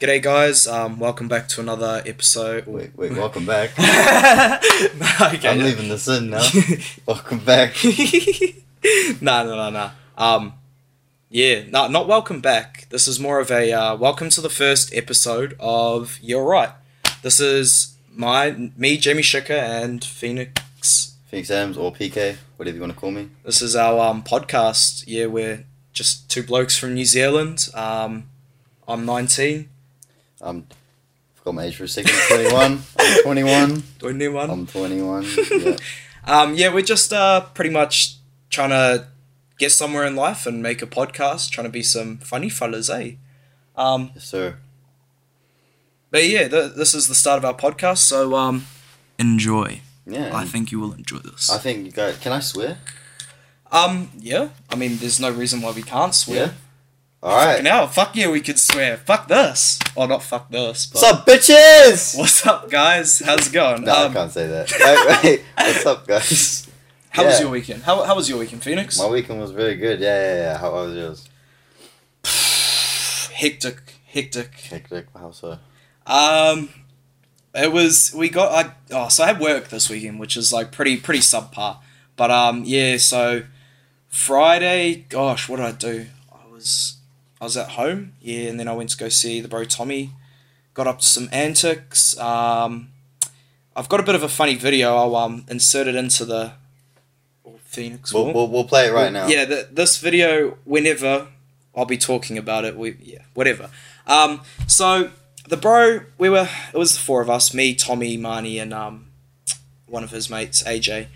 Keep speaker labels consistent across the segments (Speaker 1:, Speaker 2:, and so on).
Speaker 1: G'day, guys. Um, welcome back to another episode.
Speaker 2: Wait, wait, welcome back.
Speaker 1: okay.
Speaker 2: I'm leaving this in now. welcome back.
Speaker 1: no, no, no, no. Um, yeah, no, not welcome back. This is more of a uh, welcome to the first episode of You're Right. This is my me, Jamie Schicker, and Phoenix.
Speaker 2: Phoenix Adams or PK, whatever you want to call me.
Speaker 1: This is our um, podcast. Yeah, we're just two blokes from New Zealand. Um, I'm 19.
Speaker 2: Um, forgot my age for a second. 21. I'm 21.
Speaker 1: Don't know one.
Speaker 2: I'm 21. Yeah.
Speaker 1: Um, yeah, we're just uh, pretty much trying to get somewhere in life and make a podcast, trying to be some funny fellas, eh? Um,
Speaker 2: Yes, sir.
Speaker 1: but yeah, th- this is the start of our podcast, so um, enjoy.
Speaker 2: Yeah. and
Speaker 1: I think you will enjoy this.
Speaker 2: I think you guys. Can I swear?
Speaker 1: um, yeah, I mean, there's no reason why we can't swear.
Speaker 2: Yeah. All right.
Speaker 1: Fucking hell, fuck yeah, we could swear. Fuck this. Or not fuck this, but.
Speaker 2: What's up, bitches?
Speaker 1: What's up, guys? How's it going?
Speaker 2: No, I
Speaker 1: um,
Speaker 2: can't say that. Wait, wait. What's up, guys?
Speaker 1: how was
Speaker 2: Yeah.
Speaker 1: your weekend? How, how was your weekend, Phoenix?
Speaker 2: My weekend was really good. Yeah, yeah, yeah. How was yours?
Speaker 1: hectic, hectic.
Speaker 2: Hectic. How so?
Speaker 1: Um, it was we got I oh so I had work this weekend, which is like pretty pretty subpar. But um yeah, so Friday, gosh, what did I do? I was I was at home, yeah, and then I went to go see the bro Tommy. Got up to some antics. Um, I've got a bit of a funny video. I'll um insert it into the oh, Phoenix.
Speaker 2: We'll,
Speaker 1: Wall.
Speaker 2: we'll, we'll play it right now.
Speaker 1: Yeah, th this video, whenever I'll be talking about it, we yeah, whatever. Um, so the bro, we were it was the four of us, me, Tommy, Marnie, and um, one of his mates, AJ,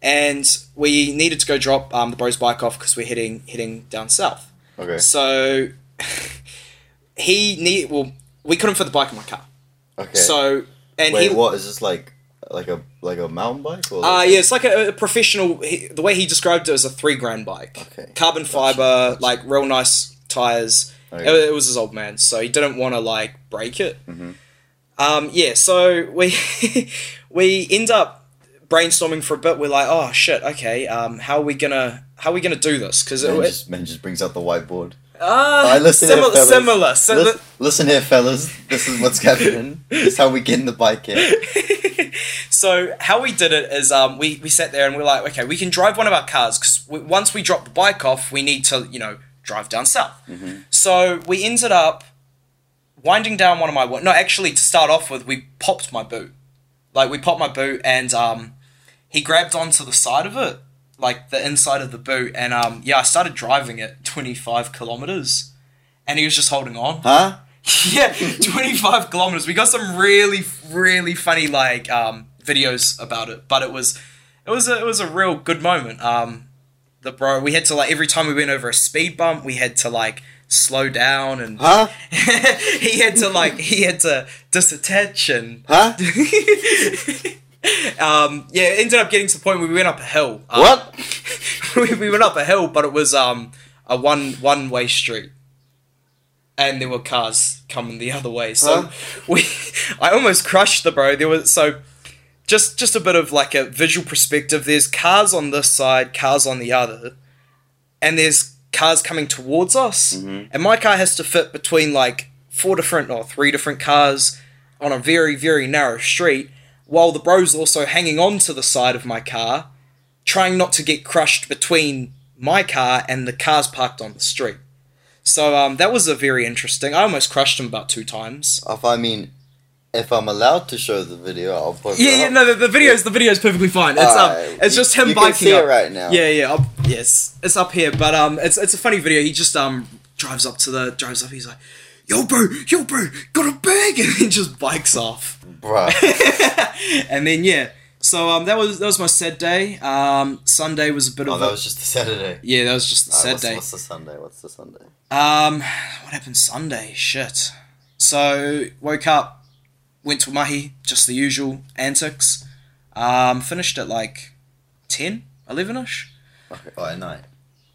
Speaker 1: and we needed to go drop um, the bro's bike off because we're heading heading down south.
Speaker 2: Okay.
Speaker 1: So he need well, we couldn't fit the bike in my car.
Speaker 2: Okay.
Speaker 1: So and
Speaker 2: wait,
Speaker 1: he
Speaker 2: what is this like? Like a like a mountain bike? Or
Speaker 1: Uh, yeah, it's like a, a professional. He, the way he described it was a three grand bike.
Speaker 2: Okay.
Speaker 1: Carbon fiber, like real nice tires.
Speaker 2: Okay.
Speaker 1: It, it was his old man, so he didn't want to like break it.
Speaker 2: Mhm.
Speaker 1: Um, yeah, so we we end up brainstorming for a bit. We're like, oh shit, okay. Um, how are we gonna how are we gonna do this? Because
Speaker 2: Man
Speaker 1: it
Speaker 2: just, man just brings out the whiteboard.
Speaker 1: ah
Speaker 2: I listen to
Speaker 1: similar
Speaker 2: fellas.
Speaker 1: similar. So
Speaker 2: Lis- listen here, fellas. This is what's happening. This is how we get in the bike here.
Speaker 1: so how we did it is um, we, we sat there and we're like okay we can drive one of our cars because we, once we drop the bike off we need to you know drive down south so we ended up winding down one of my no actually to start off with we popped my boot like we popped my boot and um, he grabbed onto the side of it like the inside of the boot and um, yeah i started driving it 25 kilometers and he was just holding on
Speaker 2: Huh?
Speaker 1: yeah, 25 kilometers. We got some really, really funny like um, videos about it, but it was, it was, a, it was a real good moment. Um, the bro, we had to like every time we went over a speed bump, we had to like slow down, and
Speaker 2: Huh?
Speaker 1: he had to like he had to disattach and.
Speaker 2: Huh?
Speaker 1: um, yeah, it ended up getting to the point where we went up a hill. Um,
Speaker 2: What?
Speaker 1: we, we went up a hill, but it was um a one one way street, and there were cars coming the other way. So
Speaker 2: Huh?
Speaker 1: we, I almost crushed the bro. There was so just just a bit of like a visual perspective. There's cars on this side, cars on the other, and there's cars coming towards us, and my car has to fit between like four different or three different cars on a very very narrow street. While the bro's also hanging on to the side of my car, trying not to get crushed between my car and the cars parked on the street. So um, that was a very interesting. I almost crushed him about two times.
Speaker 2: If I mean, if I'm allowed to show the video, I'll put
Speaker 1: Yeah,
Speaker 2: it
Speaker 1: yeah,
Speaker 2: up.
Speaker 1: no, the, the video's the video's perfectly fine. It's up.
Speaker 2: Alright,
Speaker 1: It's
Speaker 2: you-
Speaker 1: just him
Speaker 2: you
Speaker 1: biking
Speaker 2: can see
Speaker 1: up.
Speaker 2: it right now.
Speaker 1: Yeah, yeah, up, yes, it's up here. But um, it's it's a funny video. He just um drives up to the drives up. He's like, "Yo, bro, yo, bro, got a bag," and he just bikes off.
Speaker 2: Bruh.
Speaker 1: And then yeah, so um, that was that was my sad day. Um, Sunday was a bit
Speaker 2: Oh,
Speaker 1: of a,
Speaker 2: that was just the Saturday.
Speaker 1: yeah, that was just the
Speaker 2: Uh,
Speaker 1: sad
Speaker 2: what's,
Speaker 1: day.
Speaker 2: what's the Sunday? What's the Sunday?
Speaker 1: Um, what happened Sunday? Shit. So woke up, went to Mahi, just the usual antics. Um, finished at like 10, 11 ish.
Speaker 2: Okay. Oh, at night.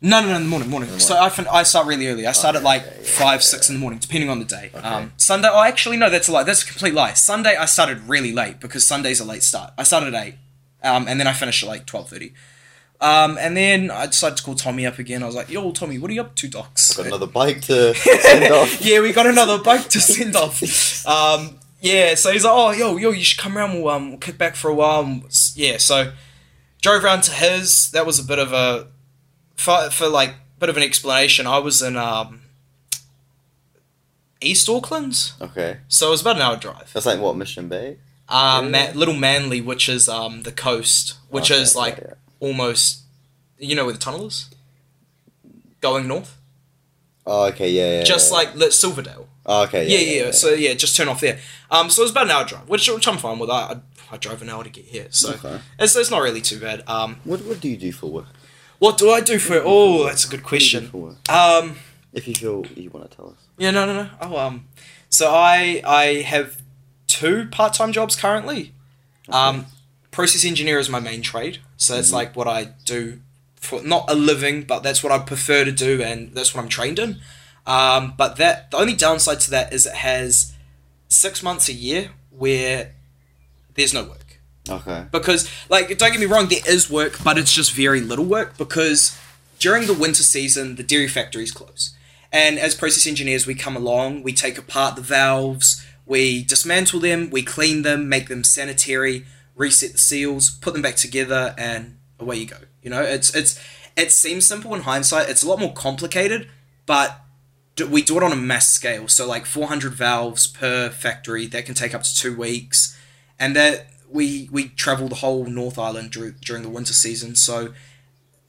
Speaker 1: No, no, no, in the morning, morning. So I, fin- I start really early. I start at
Speaker 2: Okay,
Speaker 1: like
Speaker 2: yeah, yeah,
Speaker 1: five, six in the morning, depending on the day. Um, Sunday. Oh, actually, no, that's a lie. That's a complete lie. Sunday, I started really late because Sunday's a late start. I started at eight, um, and then I finished at like twelve thirty. Um, and then I decided to call Tommy up again. I was like, "Yo, Tommy, what are you up to, docs?"
Speaker 2: Got another bike to send off.
Speaker 1: yeah, we got another bike to send off. Um, yeah, so he's like, oh, yo, yo, you should come around. We'll, um, we'll kick back for a while. And s- yeah, so drove around to his. That was a bit of a for, for like bit of an explanation. I was in um, East Auckland,
Speaker 2: Okay.
Speaker 1: so it was about an hour drive.
Speaker 2: That's like what Mission Bay.
Speaker 1: Uh,
Speaker 2: Yeah.
Speaker 1: Ma- Little Manly, which is um, the coast, which
Speaker 2: Okay,
Speaker 1: is
Speaker 2: yeah,
Speaker 1: like
Speaker 2: yeah.
Speaker 1: almost, you know, where the tunnel is, going north,
Speaker 2: Oh, okay, yeah, yeah.
Speaker 1: just
Speaker 2: yeah.
Speaker 1: like Li- Silverdale.
Speaker 2: Oh, okay,
Speaker 1: yeah, yeah, So yeah, just turn off there. Um, so it was about an hour drive, which, which I'm fine with. I, I I drove an hour to get here, so
Speaker 2: Okay.
Speaker 1: it's, it's not really too bad. Um,
Speaker 2: What What do you do for work? What
Speaker 1: what do I do for? Oh, that's a good
Speaker 2: do you do
Speaker 1: question.
Speaker 2: for work?
Speaker 1: Um,
Speaker 2: If you feel you want to tell us.
Speaker 1: yeah, no, no, no. Oh, um, so I I have two part time jobs currently. Um, process engineer is my main trade, so that's like what I do for not a living, but that's what I prefer to do, and that's what I'm trained in. Um, but that the only downside to that is it has six months a year where there's no work
Speaker 2: Okay.
Speaker 1: because like don't get me wrong there is work but it's just very little work because during the winter season the dairy factories close and as process engineers we come along we take apart the valves we dismantle them we clean them make them sanitary reset the seals put them back together and away you go you know it's it's it seems simple in hindsight it's a lot more complicated but do, we do it on a mass scale. So like 400 valves per factory that can take up to two weeks, and that we we travel the whole North Island dur- during the winter season. So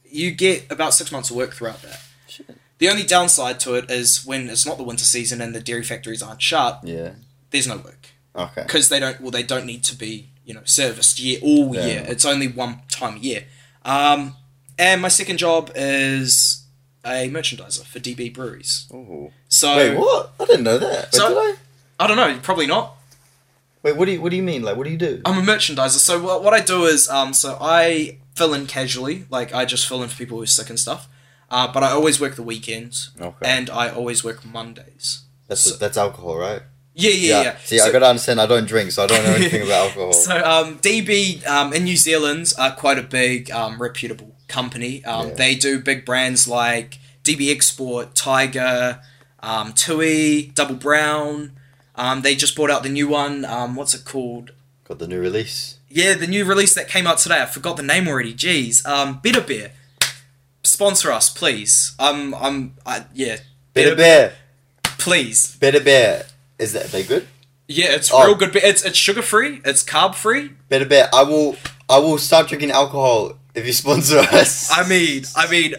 Speaker 1: you get about six months of work throughout that.
Speaker 2: Shit.
Speaker 1: The only downside to it is when it's not the winter season and the dairy factories aren't shut.
Speaker 2: Yeah.
Speaker 1: There's no work
Speaker 2: Okay.
Speaker 1: because they don't well they don't need to be you know serviced year all
Speaker 2: Yeah.
Speaker 1: year it's only one time a year um, and my second job is a merchandiser for db breweries
Speaker 2: Oh.
Speaker 1: so
Speaker 2: Wait, what? I didn't know that. Wait,
Speaker 1: So-
Speaker 2: did I?
Speaker 1: i don't know probably not
Speaker 2: Wait, what do you What do you mean? Like, what do you do?
Speaker 1: I'm a merchandiser. So what, what I do is, um, so I fill in casually, like I just fill in for people who are sick and stuff. Uh, but I always work the weekends,
Speaker 2: Okay.
Speaker 1: Uh, and I always work Mondays.
Speaker 2: That's
Speaker 1: so-
Speaker 2: that's alcohol, right?
Speaker 1: Yeah, yeah, yeah.
Speaker 2: See,
Speaker 1: so,
Speaker 2: I gotta understand. I don't drink, so I don't know anything about alcohol.
Speaker 1: so um, DB um, in New Zealand are quite a big, um, reputable company. Um,
Speaker 2: Yeah.
Speaker 1: They do big brands like DB Export, Tiger, um, Tui, Double Brown. Um, they just brought out the new one. Um, what's it called?
Speaker 2: Got the new release.
Speaker 1: Yeah, the new release that came out today. I forgot the name already. Jeez. Um, Bitter Beer, sponsor us, please. Um, I'm, I, yeah.
Speaker 2: Better bear.
Speaker 1: please.
Speaker 2: Better bear. Is that they good?
Speaker 1: Yeah, it's
Speaker 2: Oh.
Speaker 1: real good. Beer. It's it's sugar free. It's carb free.
Speaker 2: Better bear. I will. I will start drinking alcohol if you sponsor us.
Speaker 1: I mean, I mean,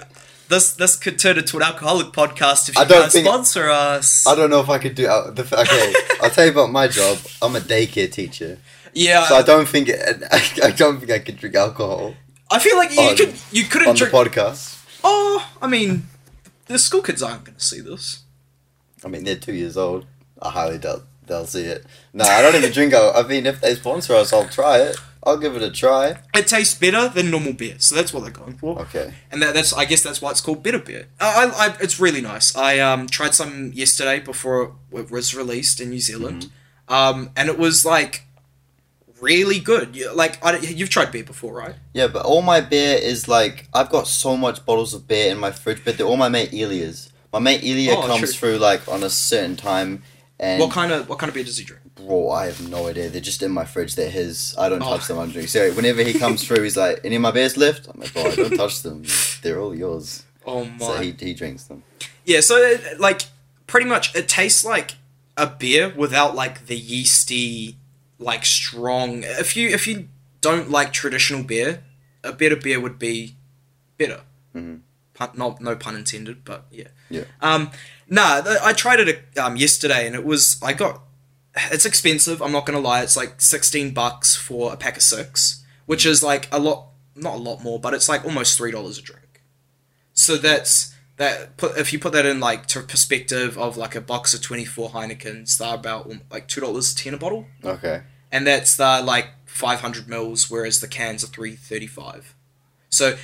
Speaker 1: this this could turn into an alcoholic podcast if you
Speaker 2: I don't
Speaker 1: guys
Speaker 2: think-
Speaker 1: sponsor us.
Speaker 2: I don't know if I could do. al- the f- Okay, I'll tell you about my job. I'm a daycare teacher,
Speaker 1: yeah,
Speaker 2: so I don't think it, I, I don't think I could drink alcohol
Speaker 1: I feel like you
Speaker 2: on-
Speaker 1: could you couldn't
Speaker 2: on
Speaker 1: drink.
Speaker 2: the podcast.
Speaker 1: oh, I mean, the school kids aren't going to see this.
Speaker 2: I mean, they're two years old. I highly doubt they'll see it. No, I don't even drink. al- I mean, if they sponsor us, I'll try it. I'll give it a try.
Speaker 1: It tastes better than normal beer, so that's what they're going for.
Speaker 2: Okay.
Speaker 1: and that, that's I guess that's why it's called bitter beer. I, I, I it's really nice. I um tried some yesterday before it was released in New Zealand, um and it was like really good. You- Like I, don't- you've tried beer before, right?
Speaker 2: Yeah, but all my beer is like I've got so much bottles of beer in my fridge, but they're all my mate Elia's. My mate Elia
Speaker 1: Oh,
Speaker 2: comes
Speaker 1: true.
Speaker 2: through like on a certain time, and
Speaker 1: What kind of what kind of beer does he drink?
Speaker 2: bro, I have no idea. They're just in my fridge. They're his. I don't
Speaker 1: Oh.
Speaker 2: touch them. I'm drinking. So whenever he comes through, he's like, "Any of my beers left?" I'm like, "Bro, I don't touch them. They're all yours."
Speaker 1: Oh my!
Speaker 2: So he, he drinks them.
Speaker 1: yeah, so it, like pretty much it tastes like a beer without like the yeasty, like strong. If you if you don't like traditional beer, a bitter beer would be bitter.
Speaker 2: Mhm.
Speaker 1: Pun, not no pun intended, but yeah.
Speaker 2: Yeah.
Speaker 1: Um, nah, th- I tried it um, yesterday, and it was I got. It's expensive. I'm not gonna lie. It's like sixteen bucks for a pack of six, which is like a lot, not a lot more, but it's like almost three dollars a drink. So that's that. Put if you put that in like to perspective of like a box of twenty four Heinekens, they're about um, like two dollars ten a bottle,
Speaker 2: Okay.
Speaker 1: and that's the like five hundred mils, whereas the cans are three thirty five. So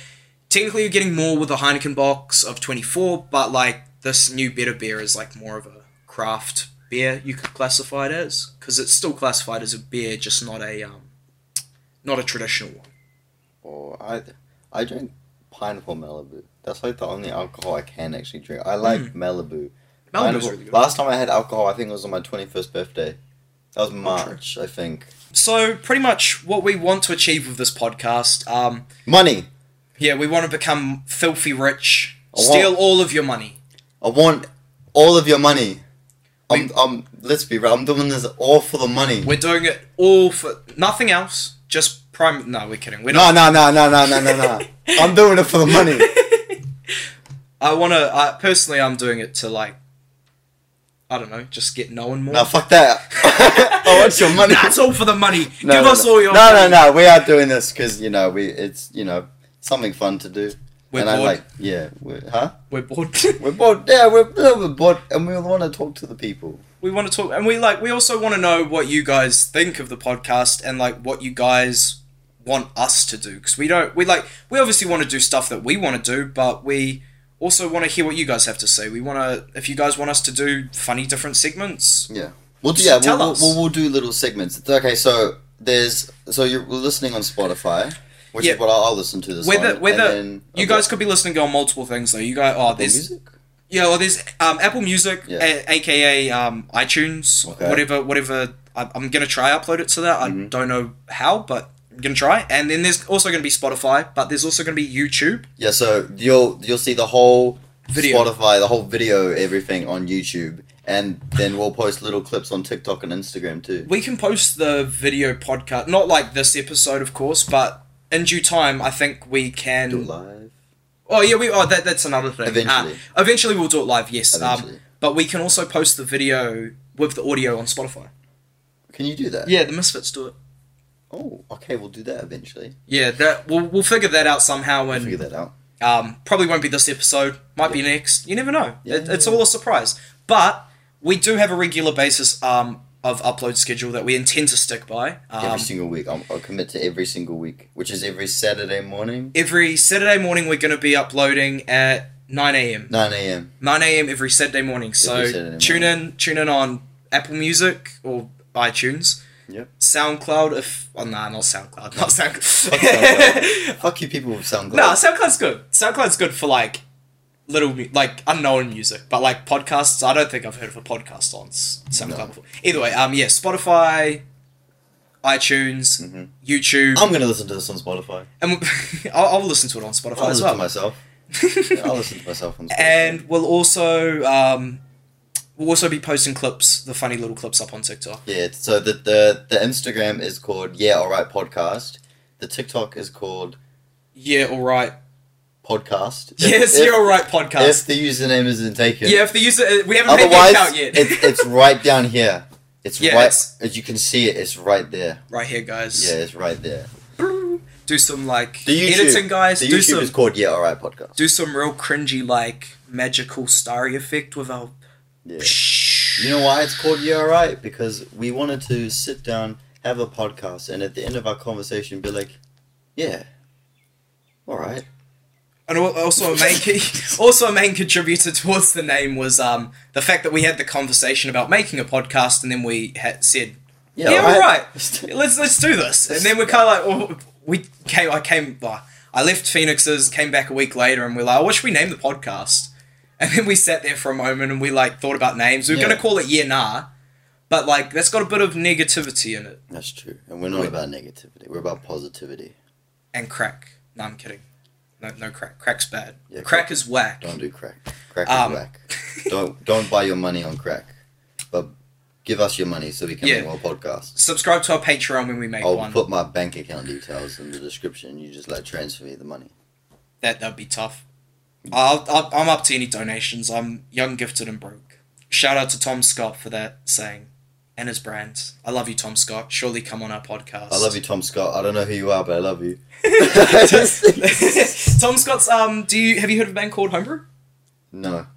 Speaker 1: technically you're getting more with a Heineken box of 24, but like this new bitter beer is like more of a craft beer you could classify it as because it's still classified as a beer, just not a um, not a traditional one.
Speaker 2: Or I I drink pineapple Malibu. That's like the only alcohol I can actually drink. I like Malibu.
Speaker 1: Mm. Malibu's
Speaker 2: Pineapple-
Speaker 1: really good.
Speaker 2: Last time I had alcohol, I think it was on my 21st birthday. That
Speaker 1: Oh,
Speaker 2: was March, I think.
Speaker 1: So, pretty much what we want to achieve with this podcast, um,
Speaker 2: Money!
Speaker 1: yeah, we want to become filthy rich,
Speaker 2: I want-
Speaker 1: steal all of your money.
Speaker 2: I want all of your money. I'm, I'm, let's be real, I'm doing this all for the money.
Speaker 1: We're doing it all for nothing else, just prime. No, we're kidding. We're
Speaker 2: No,
Speaker 1: not.
Speaker 2: no, no, no, no, no, no, no. I'm doing it for the money.
Speaker 1: I want to. I personally, I'm doing it to like, I don't know, just get known more.
Speaker 2: No, fuck that. I want your money.
Speaker 1: That's all for the money.
Speaker 2: No,
Speaker 1: Give
Speaker 2: no,
Speaker 1: us
Speaker 2: no.
Speaker 1: all your
Speaker 2: No,
Speaker 1: money.
Speaker 2: no, no. We are doing this because, you know, we it's, you know, something fun to do.
Speaker 1: We're bored.
Speaker 2: and I like, yeah, we're, huh?
Speaker 1: We're bored.
Speaker 2: We're bored. Yeah, we're, yeah, we're bored, and we want to talk to the people.
Speaker 1: we want to talk, and we like. We also want to know what you guys think of the podcast, and like what you guys want us to do, because we don't. We like. We obviously want to do stuff that we want to do, but we also want to hear what you guys have to say. We want to. If you guys want us to do funny different segments,
Speaker 2: We'll do,
Speaker 1: Just
Speaker 2: yeah,
Speaker 1: tell
Speaker 2: we'll,
Speaker 1: us.
Speaker 2: We'll, we'll, we'll do little segments. It's- Okay, so there's so you're we're listening on Spotify, which
Speaker 1: Yeah.
Speaker 2: is what I'll, I'll listen to this.
Speaker 1: Whether-
Speaker 2: one,
Speaker 1: whether
Speaker 2: and then,
Speaker 1: you guys could be listening on multiple things. Though you guys, oh,
Speaker 2: Apple
Speaker 1: there's
Speaker 2: music.
Speaker 1: Yeah, well, there's um, Apple Music,
Speaker 2: Yeah.
Speaker 1: a- aka um, iTunes,
Speaker 2: Okay. Mm-hmm.
Speaker 1: whatever, whatever. I- I'm gonna try upload it to that. I don't know how, but I'm gonna try. And then there's also gonna be Spotify, but there's also gonna be YouTube.
Speaker 2: Yeah, so you'll you'll see the whole
Speaker 1: Video.
Speaker 2: Spotify, the whole video, everything on YouTube, and then we'll post little clips on TikTok and Instagram too.
Speaker 1: We can post the video podcast, not like this episode, of course, but in due time, I think we
Speaker 2: Do it
Speaker 1: can.
Speaker 2: live
Speaker 1: Oh yeah, we. Oh, that, that's another thing.
Speaker 2: Eventually.
Speaker 1: uh, eventually we'll do it live. Yes. Um,
Speaker 2: Eventually.
Speaker 1: but we can also post the video with the audio on Spotify.
Speaker 2: Can you do that?
Speaker 1: Yeah, the Misfits do it.
Speaker 2: Oh, okay, we'll do that eventually.
Speaker 1: Yeah, that we'll, we'll figure that out somehow
Speaker 2: We'll
Speaker 1: and
Speaker 2: figure that out.
Speaker 1: Um, probably won't be this episode. Might be next. You never know.
Speaker 2: Yeah,
Speaker 1: it,
Speaker 2: yeah,
Speaker 1: it's
Speaker 2: yeah.
Speaker 1: all a surprise. But we do have a regular basis um, of upload schedule that we intend to stick by. Um,
Speaker 2: every
Speaker 1: every,
Speaker 2: single week. I'll, I'll commit to every single week, which is every Saturday morning,
Speaker 1: Saturday morning, we're going to be uploading at 9 a.m.
Speaker 2: 9 a.m.
Speaker 1: 9 a.m. every Saturday morning. So
Speaker 2: Every Saturday
Speaker 1: tune in. Tune in on Apple Music or iTunes.
Speaker 2: Yep.
Speaker 1: SoundCloud, if oh nah, not SoundCloud, not SoundCloud.
Speaker 2: SoundCloud. Fuck you, people with SoundCloud.
Speaker 1: No, SoundCloud's good. SoundCloud's good for like little mu- like unknown music, but like podcasts. I don't think I've heard of a podcast on S- SoundCloud
Speaker 2: No.
Speaker 1: before. Either way, um, yeah, Spotify, iTunes,
Speaker 2: Mhm.
Speaker 1: YouTube,
Speaker 2: I'm gonna listen to this on Spotify.
Speaker 1: and we- I'll, I'll listen to it on Spotify
Speaker 2: I'll
Speaker 1: as
Speaker 2: listen
Speaker 1: well.
Speaker 2: to myself. Yeah, I'll listen to myself on Spotify.
Speaker 1: and we'll also um, we'll also be posting clips, the funny little clips up on TikTok.
Speaker 2: yeah, so the, the the Instagram is called Yeah Alright Podcast. The TikTok is called
Speaker 1: Yeah, all right.
Speaker 2: Podcast. If-
Speaker 1: Yes,
Speaker 2: if-
Speaker 1: you're all right.
Speaker 2: If
Speaker 1: Podcast.
Speaker 2: the username isn't taken,
Speaker 1: yeah, if the user uh, we haven't made the
Speaker 2: otherwise
Speaker 1: account yet.
Speaker 2: it's it's right down here. It's
Speaker 1: Yeah,
Speaker 2: right.
Speaker 1: it's-
Speaker 2: As you can see it, it's right there.
Speaker 1: right here, guys.
Speaker 2: Yeah, it's right there.
Speaker 1: Do some like
Speaker 2: The YouTube-
Speaker 1: editing, guys.
Speaker 2: The
Speaker 1: do
Speaker 2: YouTube
Speaker 1: some
Speaker 2: is called Yeah Alright Podcast.
Speaker 1: do some real cringy like magical starry effect with our
Speaker 2: Yeah. You know why it's called Yeah Alright? Because we wanted to sit down, have a podcast, and at the end of our conversation, be like, yeah, alright.
Speaker 1: and al- also a main also a main contributor towards the name was um the fact that we had the conversation about making a podcast and then we had said yeah, all right. let's let's do this and then we're kind of like oh, we came I came well, I left Phoenix's came back a week later and we're like I wish we named the podcast and then we sat there for a moment and we like thought about names we were
Speaker 2: Yeah.
Speaker 1: gonna call it yeah nah but like that's got a bit of negativity in it
Speaker 2: That's true. And we're not about negativity. We're about positivity.
Speaker 1: and crack. No, I'm kidding. No, no crack. Crack's bad.
Speaker 2: Yeah,
Speaker 1: crack is whack.
Speaker 2: Don't do crack. Crack
Speaker 1: Um,
Speaker 2: is whack. don't don't buy your money on crack. But give us your money so we can
Speaker 1: Yeah.
Speaker 2: make more podcasts.
Speaker 1: Subscribe to our Patreon when we make
Speaker 2: I'll
Speaker 1: one.
Speaker 2: put my bank account details in the description. You just like transfer me the money.
Speaker 1: That that'd be tough. I'll, I'll, I'm up to any donations. I'm young, gifted, and broke. Shout out to Tom Scott for that saying, and his brand. I love you, Tom Scott. Surely come on our podcast.
Speaker 2: I love you, Tom Scott. I don't know who you are, but I love you.
Speaker 1: Tom Scott's um. Do you have you heard of a band called Homebrew?
Speaker 2: No.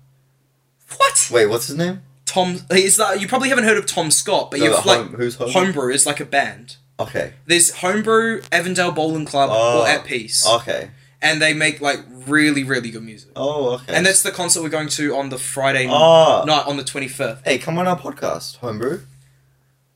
Speaker 1: What?
Speaker 2: Wait, what's his name?
Speaker 1: Tom is that you probably haven't heard of Tom Scott, but
Speaker 2: No,
Speaker 1: you've
Speaker 2: but
Speaker 1: like
Speaker 2: Home- who's Homebrew?
Speaker 1: Homebrew is like a band.
Speaker 2: Okay.
Speaker 1: There's Homebrew, Avondale Bowling Club,
Speaker 2: Oh.
Speaker 1: or At Peace.
Speaker 2: Okay.
Speaker 1: and they make like really really good music.
Speaker 2: Oh, okay.
Speaker 1: And that's the concert we're going to on the Friday n-
Speaker 2: Ah.
Speaker 1: night on the 25th.
Speaker 2: Hey, come on our podcast, homebrew.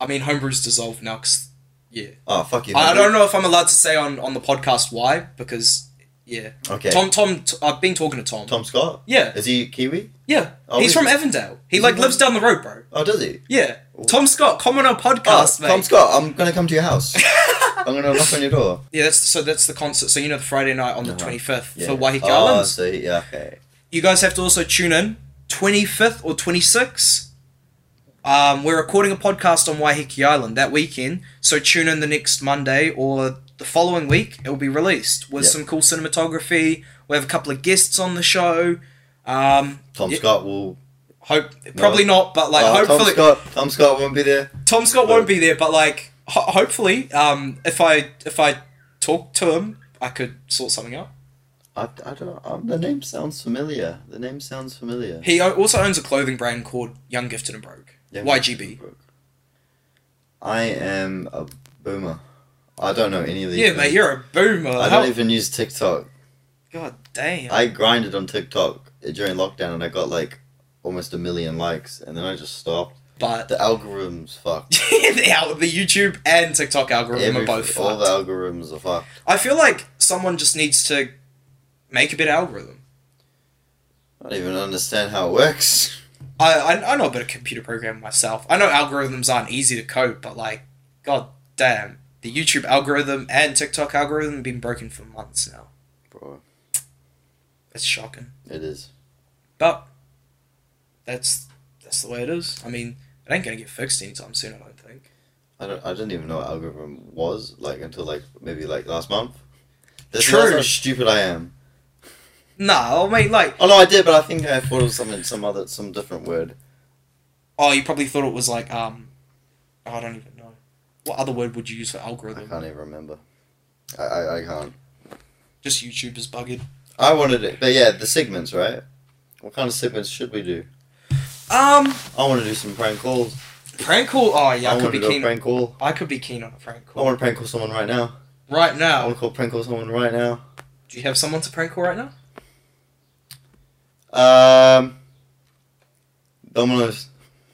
Speaker 1: I mean, Homebrew's dissolved now 'cause- yeah.
Speaker 2: Oh, fuck you.
Speaker 1: I I
Speaker 2: homebrew.
Speaker 1: don't know if I'm allowed to say on, on the podcast why because Yeah.
Speaker 2: Okay.
Speaker 1: Tom, Tom, t- I've been talking to Tom.
Speaker 2: Tom Scott.
Speaker 1: Yeah,
Speaker 2: Is he Kiwi?
Speaker 1: yeah.
Speaker 2: Oh,
Speaker 1: he's
Speaker 2: is
Speaker 1: from
Speaker 2: he?
Speaker 1: Avondale. He
Speaker 2: Is
Speaker 1: like
Speaker 2: he
Speaker 1: lives down the road, bro.
Speaker 2: Oh, does he?
Speaker 1: Yeah.
Speaker 2: Ooh.
Speaker 1: Tom Scott, come on our podcast,
Speaker 2: oh,
Speaker 1: mate.
Speaker 2: Tom Scott, I'm gonna come to your house. I'm gonna knock on your door.
Speaker 1: yeah, that's so that's the concert. So you know the Friday night on the
Speaker 2: Uh-huh.
Speaker 1: twenty fifth
Speaker 2: Yeah.
Speaker 1: for Waiheke
Speaker 2: Oh,
Speaker 1: Islands.
Speaker 2: so yeah, okay.
Speaker 1: You guys have to also tune in twenty fifth or twenty sixth. Um, we're recording a podcast on Waiheke Island that weekend, so tune in the next Monday or the following week. It will be released with
Speaker 2: Yeah.
Speaker 1: some cool cinematography. We have a couple of guests on the show. Um,
Speaker 2: Tom
Speaker 1: Yeah.
Speaker 2: Scott will.
Speaker 1: hope probably not, but like
Speaker 2: oh, Tom
Speaker 1: hopefully
Speaker 2: Scott. Tom Scott won't be there.
Speaker 1: Tom Scott won't be there, but like ho- hopefully, um, if I if I talk to him, I could sort something out.
Speaker 2: I, I don't know. Um, the name sounds familiar. The name sounds familiar.
Speaker 1: He o- also owns a clothing brand called Young Gifted and Broke.
Speaker 2: Yeah.
Speaker 1: YGB.
Speaker 2: I am a boomer. I don't know any of these.
Speaker 1: Yeah,
Speaker 2: things.
Speaker 1: mate, you're a boomer.
Speaker 2: I
Speaker 1: How-
Speaker 2: don't even use TikTok.
Speaker 1: God damn.
Speaker 2: I grinded on TikTok during lockdown and I got like almost a million likes and then I just stopped.
Speaker 1: but
Speaker 2: The algorithms fucked.
Speaker 1: the, al- the YouTube and TikTok algorithm
Speaker 2: Every-
Speaker 1: are both
Speaker 2: all
Speaker 1: fucked.
Speaker 2: the algorithms are fucked.
Speaker 1: I feel like someone just needs to make a better algorithm.
Speaker 2: I don't even understand how it works.
Speaker 1: I, I I know a bit of computer programming myself. I know algorithms aren't easy to code, but like, god damn, the YouTube algorithm and TikTok algorithm have been broken for months now.
Speaker 2: Bro,
Speaker 1: It's shocking.
Speaker 2: it is.
Speaker 1: But that's that's the way it is. I mean, it ain't gonna get fixed anytime soon. I don't think.
Speaker 2: I don't. I didn't even know what algorithm was like until like maybe like last month. This
Speaker 1: True.
Speaker 2: is how stupid I am.
Speaker 1: Nah, I mean, like,
Speaker 2: Oh no, I did, but I think I thought it was something, some other, some different word.
Speaker 1: oh, you probably thought it was like, um, oh, I don't even know. What other word would you use for
Speaker 2: I
Speaker 1: algorithm?
Speaker 2: can't even remember. I, I, I can't.
Speaker 1: Just YouTube is buggered.
Speaker 2: I wanted it, but yeah, the segments, right? What kind of segments should we do?
Speaker 1: Um,
Speaker 2: I want to do some prank calls.
Speaker 1: prank call. Oh yeah,
Speaker 2: I
Speaker 1: I, could
Speaker 2: want
Speaker 1: be
Speaker 2: to do a
Speaker 1: keen.
Speaker 2: prank call.
Speaker 1: I could be keen on a prank
Speaker 2: I
Speaker 1: call
Speaker 2: want to prank call someone right now.
Speaker 1: right
Speaker 2: I want
Speaker 1: now.
Speaker 2: to call prank call someone right now.
Speaker 1: Do you have someone to prank call right now?
Speaker 2: Um, Domino's.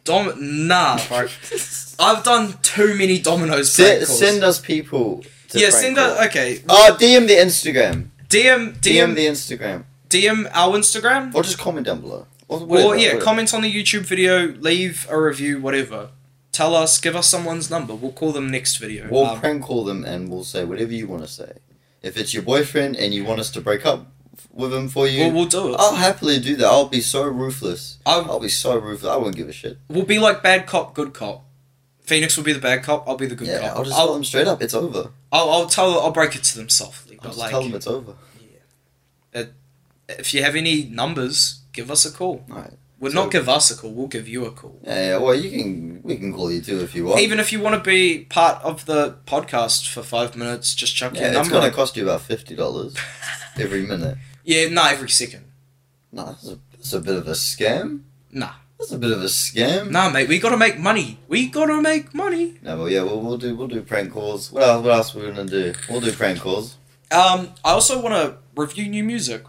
Speaker 1: Dom, nah, bro. I've done too many dominoes prank
Speaker 2: Send,
Speaker 1: calls.
Speaker 2: send us people. To
Speaker 1: yeah,
Speaker 2: prank
Speaker 1: send
Speaker 2: call.
Speaker 1: us. Okay,
Speaker 2: Oh, DM the Instagram.
Speaker 1: DM,
Speaker 2: DM,
Speaker 1: DM,
Speaker 2: the Instagram.
Speaker 1: DM our Instagram.
Speaker 2: Or just comment down below. Or,
Speaker 1: Well,
Speaker 2: whatever,
Speaker 1: yeah,
Speaker 2: whatever.
Speaker 1: comment on the YouTube video, leave a review, whatever. Tell us, give us someone's number. We'll call them next video.
Speaker 2: We'll
Speaker 1: Um,
Speaker 2: prank call them and we'll say whatever you want to say. If it's your boyfriend and you want us to break up f- with him for you, Uh,
Speaker 1: we'll, we'll do it.
Speaker 2: I'll happily do that. I'll be so ruthless.
Speaker 1: i
Speaker 2: I'll be so ruthless. I won't give a shit.
Speaker 1: we'll be like bad cop, good cop. Phoenix will be the bad cop. I'll be the good
Speaker 2: yeah,
Speaker 1: cop.
Speaker 2: I'll just tell
Speaker 1: I'll,
Speaker 2: them straight up. It's over.
Speaker 1: I'll, I'll tell. I'll break it to them softly.
Speaker 2: I'll
Speaker 1: But
Speaker 2: just tell them
Speaker 1: like,
Speaker 2: it's over.
Speaker 1: if you have any numbers, give us a call.
Speaker 2: Alright.
Speaker 1: Well,
Speaker 2: So-
Speaker 1: not give us a call. We'll give you a call.
Speaker 2: Yeah, yeah, well, you can. We can call you too if you want.
Speaker 1: Even if you want to be part of the podcast for five minutes, just chuck your
Speaker 2: yeah, it's
Speaker 1: number.
Speaker 2: gonna
Speaker 1: in.
Speaker 2: cost you about fifty dollars every minute.
Speaker 1: Yeah, nah, every second.
Speaker 2: Nah, that's a, that's a bit of a scam.
Speaker 1: Nah.
Speaker 2: That's a bit of a scam.
Speaker 1: Nah, mate, we gotta make money. We gotta make money.
Speaker 2: No, but yeah, we'll, we'll do we'll do prank calls. What else? What else we gonna do? We'll do prank calls.
Speaker 1: Um, I also want to review new music.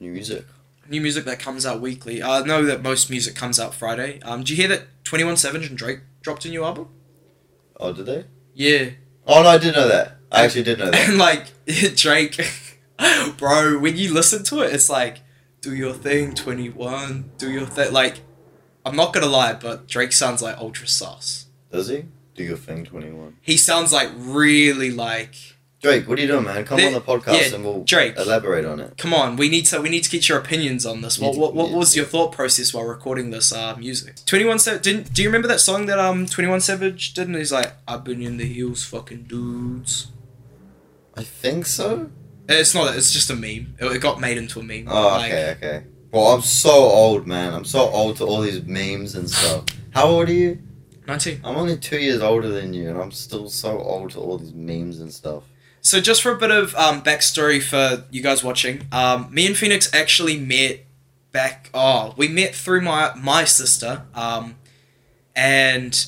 Speaker 2: New music.
Speaker 1: New music that comes out weekly. I know that most music comes out Friday. Um, do you hear that Twenty One Savage and Drake dropped a new album?
Speaker 2: Oh, did they?
Speaker 1: Yeah,
Speaker 2: Oh no, I did know that. I actually did know that.
Speaker 1: and like Drake, bro, when you listen to it, it's like, do your thing, Twenty One, do your thing. Like, I'm not gonna lie, but Drake sounds like ultra sauce.
Speaker 2: Does he? Do your thing, twenty one.
Speaker 1: He sounds like really like.
Speaker 2: Drake, what are you doing, man? Come
Speaker 1: They-
Speaker 2: on the podcast
Speaker 1: yeah,
Speaker 2: and we'll
Speaker 1: Drake.
Speaker 2: elaborate on it.
Speaker 1: Come on, we need to we need to get your opinions on this. What
Speaker 2: Yeah,
Speaker 1: what, what
Speaker 2: yeah.
Speaker 1: was your thought process while recording this uh, music? Twenty One Savage. Didn't do you remember that song that um Twenty One Savage did? And he's like, I've been in the hills, fucking dudes.
Speaker 2: I think so.
Speaker 1: It's not. It's just a meme. It, it got made into a meme.
Speaker 2: Oh,
Speaker 1: like,
Speaker 2: okay, okay. Well, I'm so old, man. I'm so old to all these memes and stuff. How old are you?
Speaker 1: Nineteen.
Speaker 2: I'm only two years older than you, and I'm still so old to all these memes and stuff.
Speaker 1: So just for a bit of um, backstory for you guys watching, um, me and Phoenix actually met back. Oh, we met through my my sister. Um, and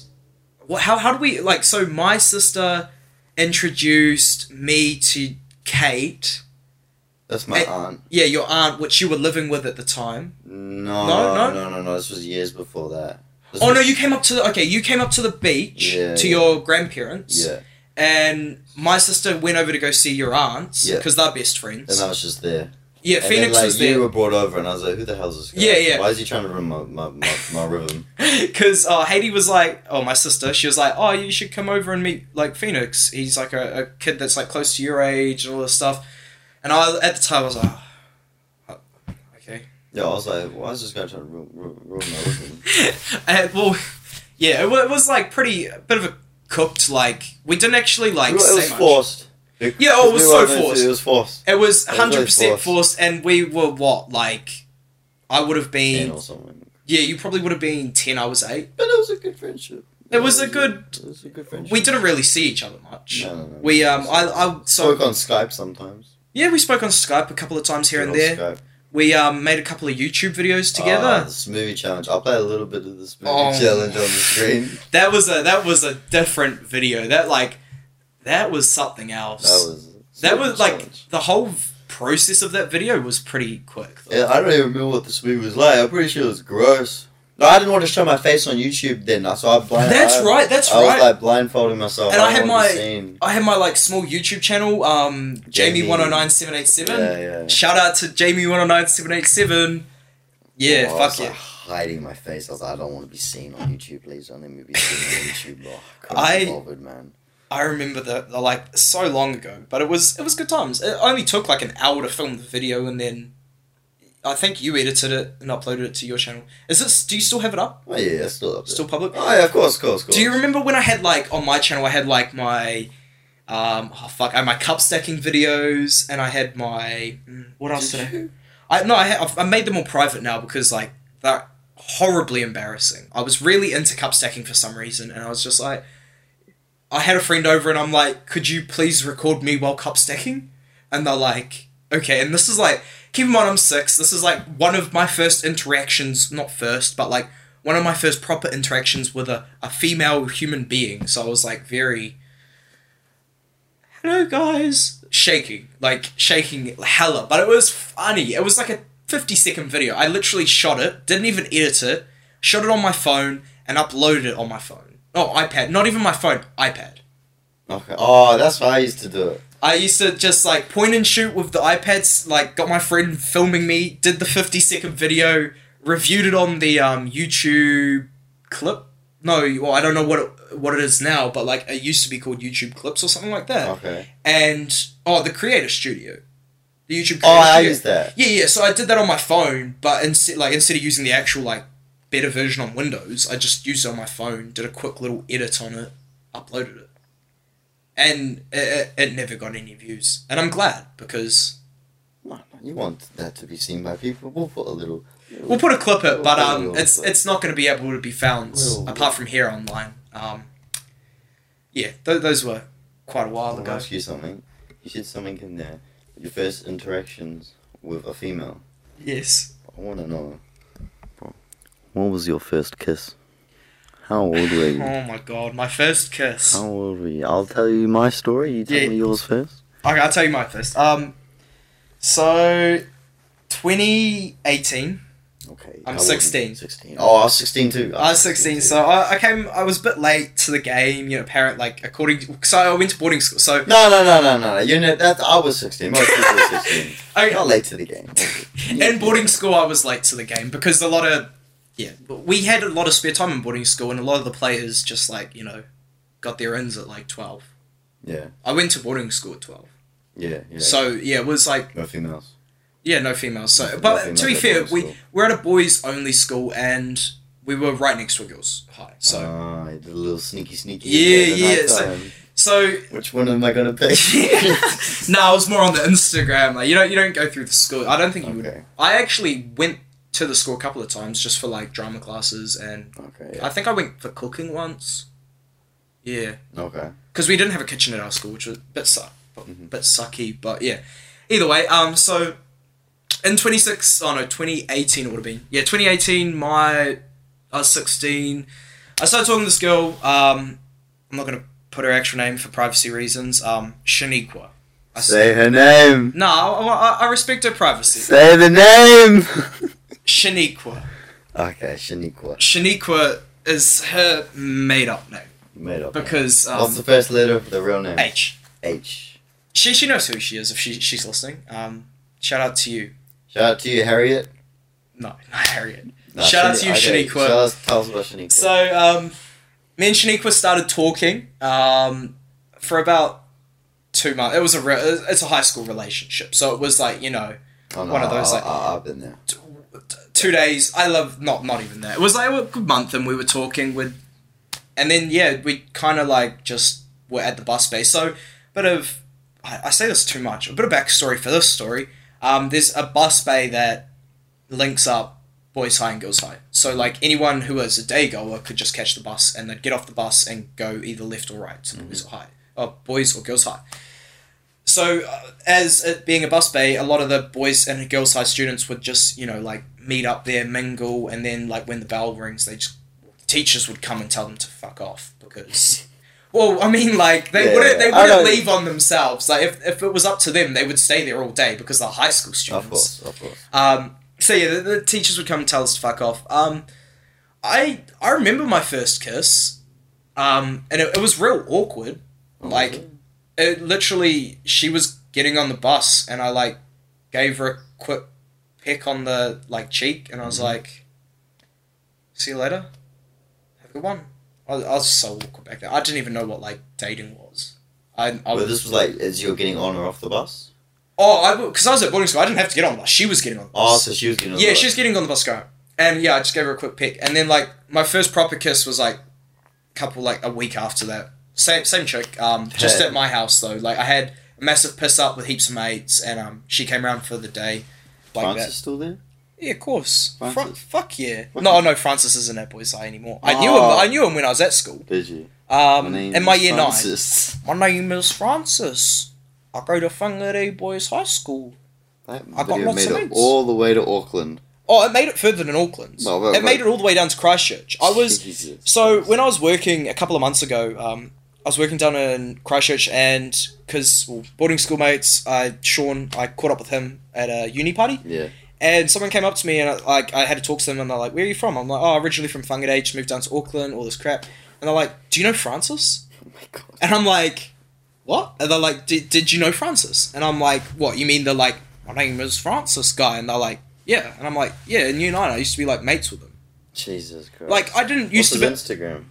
Speaker 1: what? How how do we like? So my sister introduced me to Kate.
Speaker 2: That's my
Speaker 1: Hey,
Speaker 2: aunt.
Speaker 1: Yeah, your aunt, which you were living with at the time.
Speaker 2: No,
Speaker 1: No,
Speaker 2: no,
Speaker 1: no.
Speaker 2: no, no, no, This was years before that. This
Speaker 1: Oh
Speaker 2: was-
Speaker 1: no, you came up to the okay. You came up to the beach
Speaker 2: Yeah,
Speaker 1: to
Speaker 2: yeah.
Speaker 1: your grandparents.
Speaker 2: Yeah.
Speaker 1: and my sister went over to go see your aunts
Speaker 2: Yeah.
Speaker 1: because they're best friends.
Speaker 2: And I was just there.
Speaker 1: yeah,
Speaker 2: and
Speaker 1: Phoenix
Speaker 2: then, like,
Speaker 1: was
Speaker 2: You
Speaker 1: there
Speaker 2: were brought over, and I was like, "Who the hell's this guy?
Speaker 1: Yeah, yeah.
Speaker 2: Why is he trying to ruin my my, my, my rhythm?"
Speaker 1: because uh, Haiti was like, oh, my sister, she was like, oh, you should come over and meet like Phoenix. He's like a, a kid that's like close to your age and all this stuff. And I at the time I was like, oh, okay.
Speaker 2: Yeah, I was like, "Why is this guy trying to ruin, ruin, ruin my rhythm?"
Speaker 1: Uh, well, yeah, it, wa- it was like pretty a bit of a cooked like we didn't actually like
Speaker 2: it
Speaker 1: say
Speaker 2: was
Speaker 1: much.
Speaker 2: forced.
Speaker 1: Yeah, oh, it was
Speaker 2: We
Speaker 1: so
Speaker 2: were going to-
Speaker 1: forced.
Speaker 2: It was forced.
Speaker 1: It was
Speaker 2: It was
Speaker 1: hundred percent
Speaker 2: forced.
Speaker 1: forced, and we were what like I would have
Speaker 2: Ten
Speaker 1: been.
Speaker 2: or something.
Speaker 1: Yeah, you probably would have been ten. I was eight.
Speaker 2: But it was a good friendship.
Speaker 1: It was a good.
Speaker 2: It was a good friendship.
Speaker 1: We didn't really see each other much.
Speaker 2: No, no, no.
Speaker 1: We um I I
Speaker 2: spoke
Speaker 1: so
Speaker 2: on Skype sometimes.
Speaker 1: yeah we spoke on Skype a couple of times here and
Speaker 2: Good
Speaker 1: there.
Speaker 2: old Skype.
Speaker 1: We um made a couple of YouTube videos
Speaker 2: Ah,
Speaker 1: together.
Speaker 2: the smoothie challenge. I'll play a little bit of the smoothie
Speaker 1: Oh.
Speaker 2: challenge on the screen.
Speaker 1: That was a that was a different video. That like that was something
Speaker 2: That
Speaker 1: else.
Speaker 2: was.
Speaker 1: That
Speaker 2: smoothie
Speaker 1: was like
Speaker 2: challenge.
Speaker 1: the whole v- process of that video was pretty quick. Though.
Speaker 2: Yeah, I don't even remember what the smoothie was like. I'm pretty sure it was gross. No, I didn't want to show my face on YouTube then, so I blind.
Speaker 1: That's
Speaker 2: I,
Speaker 1: right. That's
Speaker 2: I
Speaker 1: right.
Speaker 2: was like blindfolding myself.
Speaker 1: And I had
Speaker 2: didn't want to
Speaker 1: my-
Speaker 2: be seen.
Speaker 1: I had my like small YouTube channel, um, Jamie
Speaker 2: Jamie.
Speaker 1: one hundred nine seven eight seven.
Speaker 2: Yeah, yeah.
Speaker 1: Shout out to Jamie one hundred nine seven eight seven. Yeah,
Speaker 2: Oh, I
Speaker 1: fuck
Speaker 2: was,
Speaker 1: yeah.
Speaker 2: Like, hiding my face. I was like, I don't want to be seen on YouTube. Please don't let me be seen on YouTube. Oh,
Speaker 1: I-
Speaker 2: I couldn't be bothered, man.
Speaker 1: I remember that like so long ago, but it was it was good times. It only took like an hour to film the video, and then I think you edited it and uploaded it to your channel. Is this? Do you still have it up?
Speaker 2: Oh yeah, it's still up there.
Speaker 1: Still public?
Speaker 2: Oh yeah, of course, of course, of course.
Speaker 1: Do you remember when I had like on my channel I had like my um oh fuck I had my cup stacking videos and I had my mm, what else did, I?
Speaker 2: you?
Speaker 1: I no I had, I've- I made them all private now because like they're horribly embarrassing. I was really into cup stacking for some reason and I was just like I had a friend over and I'm like could you please record me while cup stacking? And they're like okay and this is like keep in mind I'm 6. This is like one of my first interactions not first but like one of my first proper interactions with a, a female human being. So I was like very hello guys shaking like shaking hella but it was funny it was like a 50 second video i literally shot it didn't even edit it shot it on my phone and uploaded it on my phone oh ipad not even my phone ipad
Speaker 2: Okay. Oh, that's how I used to do it.
Speaker 1: i used to just like point and shoot with the ipads like got my friend filming me did the 50 second video reviewed it on the um, youtube clip no well, i don't know what it, what it is now but like it used to be called youtube clips or something like that
Speaker 2: Okay.
Speaker 1: and oh, the Creator Studio, the YouTube. Creator
Speaker 2: Oh, I
Speaker 1: Studio.
Speaker 2: used that.
Speaker 1: Yeah, yeah. So I did that on my phone, but instead, like instead of using the actual like better version on Windows, I just used it on my phone, did a quick little edit on it, uploaded it, and it, it, it never got any views, and I'm glad because
Speaker 2: No, no, You want that to be seen by people? We'll put a little.
Speaker 1: we'll put a clip it, but um,
Speaker 2: Little-
Speaker 1: it's it's not going to be able to be found
Speaker 2: Little-
Speaker 1: apart from here online. Um, yeah, th- those were quite a while
Speaker 2: I'll
Speaker 1: ago.
Speaker 2: ask you something. You said something in there. Your first interactions with a female.
Speaker 1: Yes.
Speaker 2: I want to know. What was your first kiss? How old were you?
Speaker 1: Oh my god, my first kiss.
Speaker 2: How old were you? I'll tell you my story. You tell
Speaker 1: Yeah.
Speaker 2: me yours first.
Speaker 1: Okay, I'll tell you my first. Um, so 2018,
Speaker 2: Okay.
Speaker 1: I'm
Speaker 2: how old were you?
Speaker 1: 16.
Speaker 2: 16. Oh, I was 16 too.
Speaker 1: I was 16, so I, I came. I was a bit late to the game. You know, parent like according. To, so I went to boarding school. So
Speaker 2: No, no, no, no, no, no. You know, that, I was 16. Most people were 16.
Speaker 1: I,
Speaker 2: Not late to the game.
Speaker 1: in boarding school, I was late to the game because a lot of yeah, but we had a lot of spare time in boarding school, and a lot of the players just like you know, got their ends at like 12.
Speaker 2: Yeah,
Speaker 1: I went to boarding school at 12,
Speaker 2: yeah, yeah.
Speaker 1: so yeah, it was like.
Speaker 2: no females.
Speaker 1: Yeah, no females. So,
Speaker 2: No
Speaker 1: but
Speaker 2: females
Speaker 1: to be
Speaker 2: at
Speaker 1: fair,
Speaker 2: boarding
Speaker 1: we
Speaker 2: school.
Speaker 1: we're at a boys only school, and we were right next to a girls' high. So,
Speaker 2: Ah, I did a little sneaky, sneaky.
Speaker 1: Yeah,
Speaker 2: at the night
Speaker 1: yeah, so-
Speaker 2: time.
Speaker 1: so
Speaker 2: Which one am I gonna pick?
Speaker 1: no, I was more on the Instagram. Like you don't you don't go through the school. I don't think you would.
Speaker 2: okay.
Speaker 1: I actually went to the school a couple of times just for like drama classes, and
Speaker 2: Okay.
Speaker 1: I think I went for cooking once. Yeah,
Speaker 2: yeah. Okay.
Speaker 1: because we didn't have a kitchen at our school, which was a bit suck, but,
Speaker 2: Mhm.
Speaker 1: bit sucky. But yeah, either way. Um, so in twenty six, oh no, twenty eighteen it would have been. Yeah, twenty eighteen. My I was sixteen. I started talking to this girl. Um, I'm not gonna put her actual name for privacy reasons. Um, Shaniqua. I s-
Speaker 2: Say her name.
Speaker 1: no, I, I- I respect her privacy.
Speaker 2: Say the name.
Speaker 1: Shaniqua.
Speaker 2: okay, Shaniqua.
Speaker 1: Shaniqua is her made up name.
Speaker 2: Made up.
Speaker 1: because um,
Speaker 2: What's the first letter of the real name?
Speaker 1: H.
Speaker 2: H.
Speaker 1: She she knows who she is if she she's listening. Um, shout out to you.
Speaker 2: Shout out to you, Harriet.
Speaker 1: No, not Harriet.
Speaker 2: No,
Speaker 1: Shout out to you,
Speaker 2: okay,
Speaker 1: Shaniqua.
Speaker 2: Shout out, tell us about Shaniqua.
Speaker 1: So um, me and Shaniqua started talking um, for about two months. It was a re- it's a high school relationship, so it was like you know
Speaker 2: Oh, no,
Speaker 1: one of those,
Speaker 2: I,
Speaker 1: like-
Speaker 2: I, have been there.
Speaker 1: t- two days. I love not not even that. It was like a good month, and we were talking with, and then yeah, we kind of like just were at the bus base. So bit of I, I say this too much. A bit of backstory for this story. Um, there's a bus bay that links up boys high and girls high. So like anyone who is a day goer could just catch the bus and then get off the bus and go either left or right
Speaker 2: Mm-hmm.
Speaker 1: to boys or high, or boys or girls high. So, uh, as it being a bus bay, a lot of the boys and girls' high students would just, you know, like meet up there, mingle, and then, like, when the bell rings, they just, teachers would come and tell them to fuck off because. Well, I mean, like they
Speaker 2: Yeah,
Speaker 1: wouldn't they
Speaker 2: I
Speaker 1: wouldn't
Speaker 2: know.
Speaker 1: leave on themselves. Like if, if it was up to them, they would stay there all day because they're high school students.
Speaker 2: Of course, of course.
Speaker 1: Um, so yeah, the, the teachers would come and tell us to fuck off. Um, I I remember my first kiss, um, and it, it was real awkward.
Speaker 2: Oh,
Speaker 1: Like it literally, she was getting on the bus, and I like gave her a quick peck on the like cheek, and I
Speaker 2: Mm-hmm.
Speaker 1: was like, "See you later, have a good one." I, I was so awkward back then. I didn't even know what like dating was. I, I
Speaker 2: But
Speaker 1: was
Speaker 2: this was like as you were getting on or off the bus.
Speaker 1: oh, because I, was at boarding school. I didn't have to get on the bus. She was getting on the bus.
Speaker 2: Oh, so she was getting.
Speaker 1: Yeah, she's getting on the bus go. And yeah, I just gave her a quick pick. And then like my first proper kiss was like a couple like a week after that. Same same chick. Um just at my house though. Like I had a massive piss up with heaps of mates and um she came around for the day. Like
Speaker 2: Francis
Speaker 1: that.
Speaker 2: still there?
Speaker 1: Yeah, of course. Fran-
Speaker 2: Francis?
Speaker 1: fuck yeah.
Speaker 2: What?
Speaker 1: No, no, Francis isn't at Boys High anymore. I knew him
Speaker 2: Oh.
Speaker 1: I knew him when I was at school.
Speaker 2: Did you?
Speaker 1: Um in my
Speaker 2: is
Speaker 1: year nine.
Speaker 2: Francis.
Speaker 1: My name is Francis. I go to Whangarei Boys High School.
Speaker 2: That
Speaker 1: got
Speaker 2: video
Speaker 1: lots
Speaker 2: made
Speaker 1: of
Speaker 2: it
Speaker 1: mates.
Speaker 2: all the way to Auckland.
Speaker 1: Oh, it made it further than Auckland.
Speaker 2: Well, well,
Speaker 1: it made it all the way down to Christchurch. I was
Speaker 2: Jesus.
Speaker 1: so when I was working a couple of months ago, um, I was working down in Christchurch, and because well, boarding school mates, I Sean, I caught up with him at a uni party,
Speaker 2: Yeah.
Speaker 1: and someone came up to me and I, like I had to talk to them, and they're like, "Where are you from?" I'm like, "Oh, originally from Whangarei, just moved down to Auckland, all this crap," and they're like, "Do you know Francis?"
Speaker 2: Oh my god.
Speaker 1: And I'm like, what? And they're like, did did you know Francis? And I'm like, what? You mean the like, my name is Francis guy? And they're like, yeah. And I'm like, yeah, in year nine, I used to be like mates with him.
Speaker 2: Jesus Christ.
Speaker 1: Like, I didn't
Speaker 2: What's
Speaker 1: used
Speaker 2: his
Speaker 1: to be.
Speaker 2: Instagram?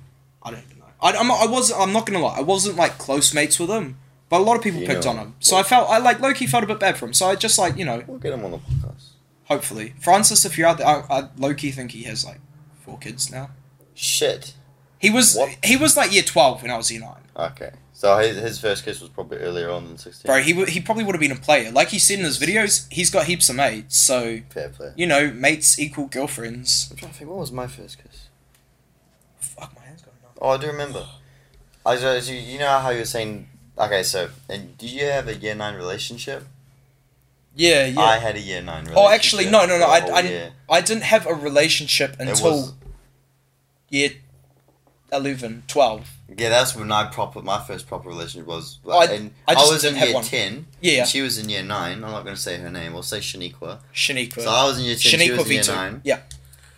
Speaker 1: I don't even know. I, I'm, I was. I'm not gonna lie. I wasn't like close mates with him, but a lot of people
Speaker 2: You
Speaker 1: picked
Speaker 2: know.
Speaker 1: on him. So I felt I like Loki felt a bit bad for him. So I just like you know,
Speaker 2: We'll get him on the podcast.
Speaker 1: hopefully Francis, if you're out there, I, I Loki think he has like four kids now.
Speaker 2: Shit.
Speaker 1: He was
Speaker 2: What?
Speaker 1: he was like year twelve when I was year nine.
Speaker 2: Okay. So his, his first kiss was probably earlier on than 16.
Speaker 1: Bro, he w- he probably would have been a player. Like he said in his videos, he's got heaps of mates. So
Speaker 2: Fair play.
Speaker 1: you know, mates equal girlfriends.
Speaker 2: I'm trying to think, what was my first kiss?
Speaker 1: Fuck, my hand's going numb.
Speaker 2: Oh, I do remember. I just, you, you know how you were saying, okay, so, and did you have a year nine relationship?
Speaker 1: Yeah, yeah.
Speaker 2: I had a year nine relationship.
Speaker 1: oh, actually, no, no, no.
Speaker 2: for a
Speaker 1: I,
Speaker 2: whole
Speaker 1: I,
Speaker 2: year.
Speaker 1: didn't, I didn't have a relationship
Speaker 2: It
Speaker 1: until
Speaker 2: was-
Speaker 1: year 11, 12.
Speaker 2: yeah, that's when I proper, my first proper relationship was.
Speaker 1: I-
Speaker 2: and
Speaker 1: I
Speaker 2: I,
Speaker 1: just
Speaker 2: was
Speaker 1: didn't
Speaker 2: in
Speaker 1: have
Speaker 2: year
Speaker 1: one.
Speaker 2: 10.
Speaker 1: Yeah.
Speaker 2: and She was in year nine. I'm not going to say her name. We'll say Shaniqua.
Speaker 1: Shaniqua.
Speaker 2: So I was in year 10. she
Speaker 1: Shaniqua
Speaker 2: was in year
Speaker 1: V2.
Speaker 2: 9.
Speaker 1: Yeah.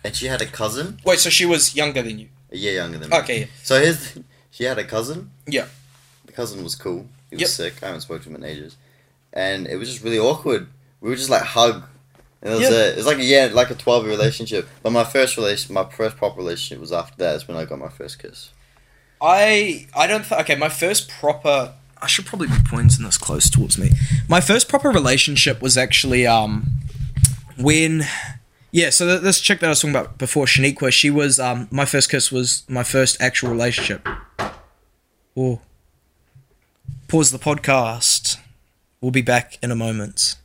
Speaker 2: And she had a cousin,
Speaker 1: Wait, so she was younger than you?
Speaker 2: a year younger than me.
Speaker 1: Okay. yeah.
Speaker 2: So here's, the- she had a cousin.
Speaker 1: Yeah.
Speaker 2: The cousin was cool. He was
Speaker 1: Yep.
Speaker 2: sick. I haven't spoken to him in ages, and it was just really awkward. We would just like hug, and that was
Speaker 1: Yeah.
Speaker 2: it. It's like a yeah, like a twelve year relationship. But my first relation, my first proper relationship was after that. That's when I got my first kiss.
Speaker 1: I I don't think. Okay, my first proper. I should probably be pointing this close towards me. My first proper relationship was actually um when. Yeah, so th- this chick that I was talking about before, Shaniqua, she was um my first kiss was my first actual relationship. Oh. Pause the podcast. We'll be back in a moment.